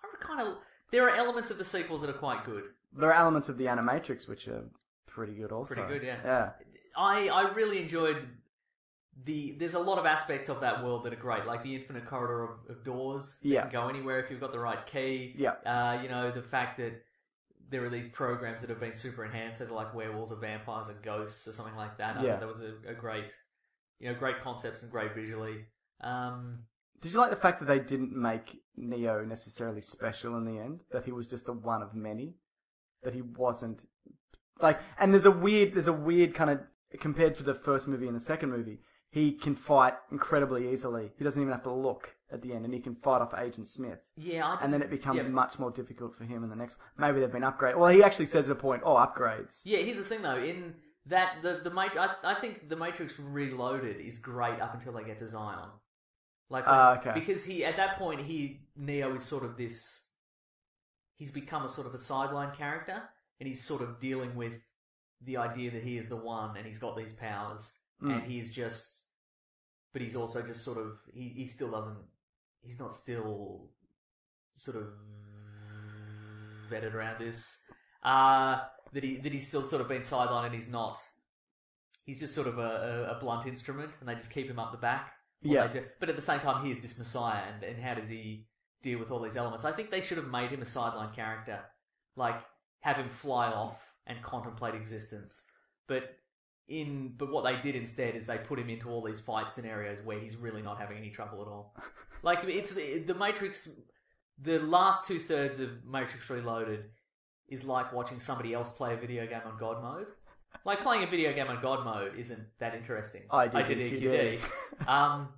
D: I kind of. There are elements of the sequels that are quite good.
C: There are elements of the Animatrix which are pretty good, also.
D: Pretty good, yeah.
C: Yeah.
D: I I really enjoyed the. There's a lot of aspects of that world that are great, like the infinite corridor of, of doors. that
C: Yeah.
D: can go anywhere if you've got the right key.
C: Yeah.
D: Uh, you know the fact that there are these programs that have been super enhanced that are like werewolves or vampires or ghosts or something like that. I
C: Yeah.
D: thought that was a, a great, you know, great concepts and great visually. Um,
C: Did you like the fact that they didn't make Neo necessarily special in the end? That he was just the one of many? That he wasn't like and there's a weird there's a weird kind of compared to the first movie and the second movie, he can fight incredibly easily. He doesn't even have to look at the end, and he can fight off Agent Smith.
D: Yeah, I
C: and then it becomes
D: yeah.
C: much more difficult for him in the next. Maybe they've been upgraded. Well, he actually says at a point, "Oh, upgrades."
D: Yeah, here's the thing though. In that the the Mat- I, I think the Matrix Reloaded is great up until they get to Zion. Like, when-
C: Ah, okay.
D: because he at that point he Neo is sort of this. He's become a sort of a sideline character, and he's sort of dealing with the idea that he is the one, and he's got these powers,
C: Mm.
D: and he's just. But he's also just sort of he, he still doesn't he's not still sort of vetted around this. Uh, that he that he's still sort of been sidelined and he's not. He's just sort of a, a, a blunt instrument, and they just keep him up the back. while
C: Yeah.
D: they do- But at the same time, he is this messiah, and, and how does he deal with all these elements? I think they should have made him a sideline character, like have him fly off and contemplate existence. But in but what they did instead is they put him into all these fight scenarios where he's really not having any trouble
C: [LAUGHS]
D: at all. Like it's the, the Matrix. The last two thirds of Matrix Reloaded is like watching somebody else play a video game on God mode. Like playing a video game on God mode isn't that interesting.
C: I did EQD.
D: EQD. um,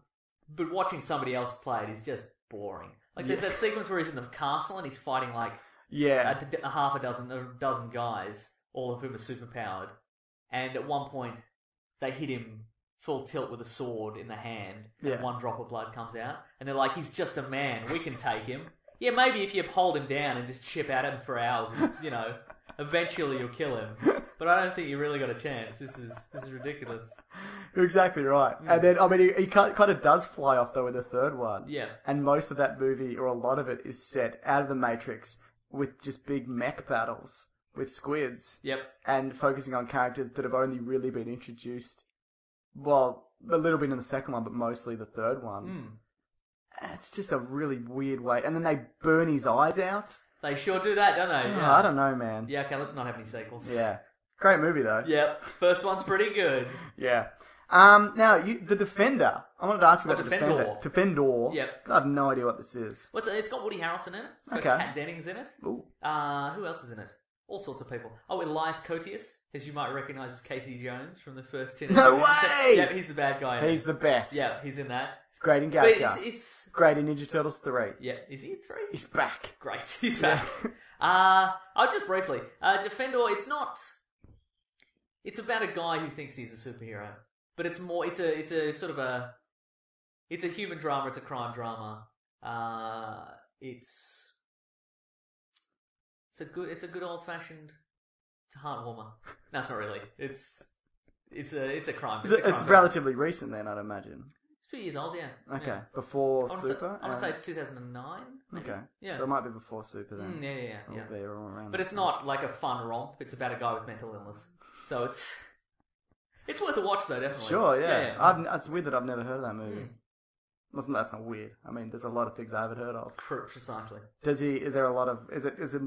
D: but watching somebody else play it is just boring. Like there's
C: Yeah.
D: that sequence where he's in the castle and he's fighting like
C: Yeah,
D: a, d- a half a dozen a dozen guys, all of whom are superpowered. And at one point, they hit him full tilt with a sword in the hand,
C: Yeah.
D: and one drop of blood comes out. And they're like, "He's just a man. We can take him." yeah, maybe if you hold him down and just chip at him for hours, you know, eventually you'll kill him. But I don't think you really got a chance. This is this is ridiculous.
C: you're exactly right. And then I mean, he, he kind of does fly off though in the third one.
D: Yeah.
C: and most of that movie or a lot of it is set out of the Matrix with just big mech battles with squids.
D: Yep.
C: and focusing on characters that have only really been introduced, well, a little bit in the second one, but mostly the third one.
D: Mm.
C: It's just a really weird way. And then they burn his eyes out.
D: They sure do that, don't they?
C: Oh,
D: Yeah.
C: I don't know, man.
D: Yeah. Okay. Let's not have any sequels.
C: Yeah. Great movie though.
D: Yep. First one's pretty good.
C: Yeah. Um, now you, the defender. I wanted to ask you
D: Oh,
C: about the
D: Defendor.
C: defender. Defendor.
D: Yep.
C: I have no idea what this is.
D: What's it's got Woody Harrelson in it. It's got
C: Okay.
D: Kat Dennings in it.
C: Ooh.
D: Uh, who else is in it? All sorts of people. Oh, Elias Cotius, as you might recognise as Casey Jones from the first ten.
C: No
D: episodes.
C: way!
D: [LAUGHS] Yeah, he's the bad guy. in
C: He's
D: it.
C: the best.
D: Yeah, he's in that.
C: He's great in
D: But
C: Gattaca.
D: it's, it's
C: Great in Ninja Turtles three.
D: yeah. Is he in three?
C: He's back.
D: great. [LAUGHS] He's back. uh, oh, just briefly. Uh, Defendor. It's not. It's about a guy who thinks he's a superhero, but it's more. It's a. It's a sort of a. It's a human drama. It's a crime drama. Uh, it's. It's a good. It's a good old fashioned. It's a heart warmer. [LAUGHS] No, it's not really. It's. It's a. It's a crime.
C: It's,
D: a crime
C: it's
D: drama.
C: relatively recent then, I'd imagine.
D: It's a few years old. Yeah.
C: Okay,
D: Yeah.
C: before
D: I wanna say-
C: Super.
D: I want
C: and-
D: to say it's 2009. maybe?
C: Okay.
D: Yeah.
C: So it might be before Super then.
D: Mm, yeah, yeah, yeah,
C: It'll
D: yeah.
C: be all around
D: But
C: the
D: it's
C: time.
D: not like a fun romp. It's about a guy with mental illness. So it's [LAUGHS] it's worth a watch though, definitely.
C: Sure, yeah.
D: yeah.
C: I've, it's weird that I've never heard of that movie.
D: Mm.
C: That's not- that's not weird. I mean, there's a lot of things I haven't heard of.
D: Pre- precisely.
C: Does he? Is there a lot of? Is it? Is it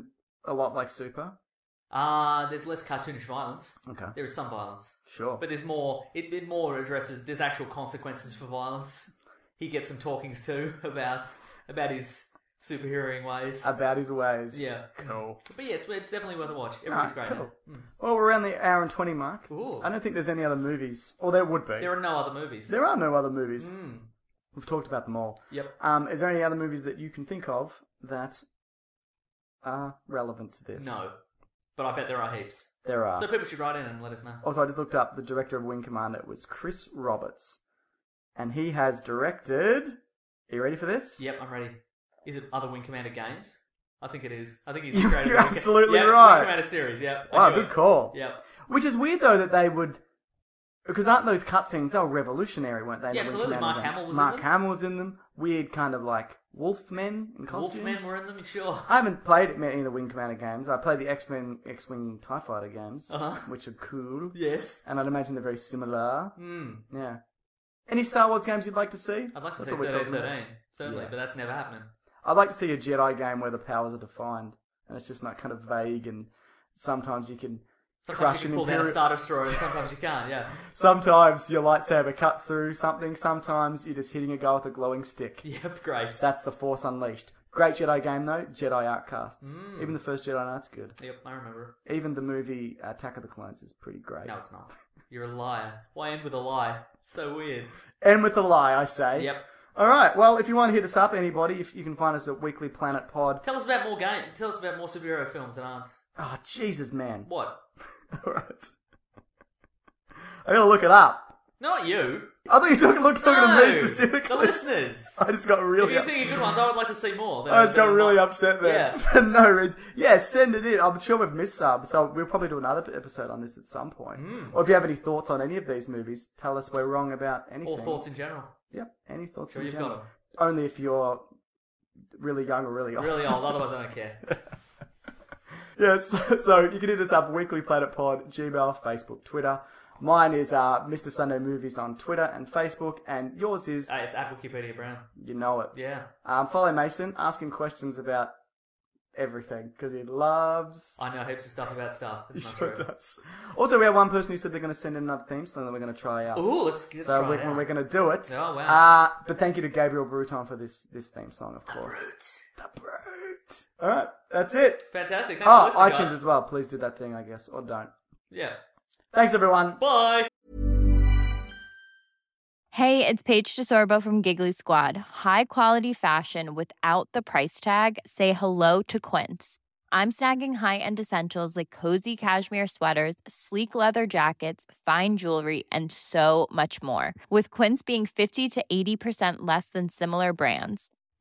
C: a lot like Super?
D: Uh, there's less cartoonish violence.
C: Okay.
D: There is some violence,
C: Sure.
D: but there's more. It, it more addresses there's actual consequences for violence. He gets some talkings too [LAUGHS] about about his superheroing ways.
C: About his ways.
D: yeah.
C: Cool.
D: But yeah, it's, it's definitely worth a watch. Everything's
C: Alright,
D: great. now.
C: cool. Well, we're around the hour and twenty mark.
D: Ooh.
C: I don't think there's any other movies, or there would be.
D: There are no other movies.
C: There are no other movies.
D: Mm.
C: We've talked about them all.
D: Yep.
C: Um, is there any other movies that you can think of that are relevant to this?
D: No. But I bet there are heaps.
C: There are. Oh,
D: So people should write in and let us know.
C: Also, I just looked up the director of Wing Commander was Chris Roberts, and he has directed. Are you ready for this?
D: Yep, I'm ready. Is it other Wing Commander games? I think it is. I think he's
C: [LAUGHS] You're
D: created Wing-
C: absolutely
D: yeah, it's
C: right.
D: Wing Commander series. Yep. I
C: Wow,
D: knew
C: good
D: it.
C: call.
D: Yep.
C: Which is weird though that they would, because aren't those cutscenes they were revolutionary, weren't they?
D: Yeah,
C: the Wing
D: absolutely.
C: Commander
D: Mark
C: games?
D: Hamill was in
C: Mark
D: them.
C: Hamill was in them. Weird kind of like wolf men in costumes.
D: Wolfmen were in them. Sure.
C: [LAUGHS] I haven't played many of the Wing Commander games. I played the X Men, X Wing Tie E Fighter games,
D: Uh-huh.
C: which are cool,
D: Yes.
C: and I'd imagine they're very similar.
D: Hmm.
C: Yeah. Any Star Wars games you'd like to see?
D: I'd like to
C: That's
D: say
C: what we're
D: 13,
C: talking about.
D: 13, certainly,
C: Yeah.
D: but that's never happening.
C: I'd like to see a Jedi game where the powers are defined and it's just not kind of vague and sometimes you can
D: Sometimes
C: crush an
D: you can pull down a
C: imperial.
D: Star Destroyer,
C: [LAUGHS]
D: and sometimes you can't. Yeah.
C: Sometimes your lightsaber cuts through something. Sometimes you're just hitting a guy with a glowing stick.
D: [LAUGHS] Yep. Great.
C: That's the Force Unleashed. Great Jedi game though. Jedi Outcasts.
D: Hmm.
C: Even the first Jedi Knight's good.
D: Yep. I remember.
C: Even the movie Attack of the Clones is pretty great.
D: No, it's not. You're a liar. Why end with a lie? It's so weird.
C: End with a lie, I say.
D: Yep.
C: All right. Well, if you want to hit us up, anybody, if you can find us at Weekly Planet Pod.
D: Tell us about more game. Tell us about more superhero films that aren't.
C: Oh, Jesus, man.
D: What?
C: [LAUGHS] All right. I gotta look it up.
D: Not you.
C: I thought you took a look talking to me
D: No,
C: specifically.
D: The listeners.
C: [LAUGHS] I just got
D: If
C: really.
D: you think of good ones, I would like to see more. than-
C: I just got
D: than
C: really
D: one.
C: upset there [LAUGHS]
D: Yeah.
C: for no reason. Yeah, send it in. I'm sure we've missed some, so we'll probably do another episode on this at some point.
D: Hmm.
C: Or if you have any thoughts on any of these movies, tell us we're wrong about anything.
D: Or thoughts in general.
C: Yep, any thoughts
D: Sure,
C: in
D: you've
C: general.
D: got them.
C: Only if you're really young or really old.
D: Really old, otherwise I
C: [LAUGHS]
D: don't care.
C: yes, [LAUGHS] so you can hit us up Weekly Planet Pod, Gmail, Facebook, Twitter. Mine is uh, Mr. Sunday Movies on Twitter and Facebook, and yours is,
D: Hey, it's Apple Wikipedia Brown.
C: you know it.
D: Yeah.
C: Um, follow Mason, ask him questions about everything, because he loves
D: I know heaps of stuff about stuff. It's
C: [LAUGHS]
D: not
C: Sure
D: true.
C: does. Also, we have one person who said they're going to send in another theme song that we're going to try out.
D: Ooh, let's, let's
C: so
D: try
C: we're,
D: it out.
C: we're going to do it.
D: Oh, wow.
C: Uh, but thank you to Gabriel Bruton for this this theme song, of course. The brute. All right, that's it.
D: Fantastic. Thanks
C: Oh,
D: for
C: iTunes
D: listening, guys.
C: as well. Please do that thing, I guess, or don't.
D: Yeah.
C: Thanks, everyone.
D: Bye.
G: Hey, it's Paige DeSorbo from Giggly Squad. High quality fashion without the price tag. Say hello to Quince. I'm snagging high-end essentials like cozy cashmere sweaters, sleek leather jackets, fine jewelry, and so much more. With Quince being 50 to 80% less than similar brands.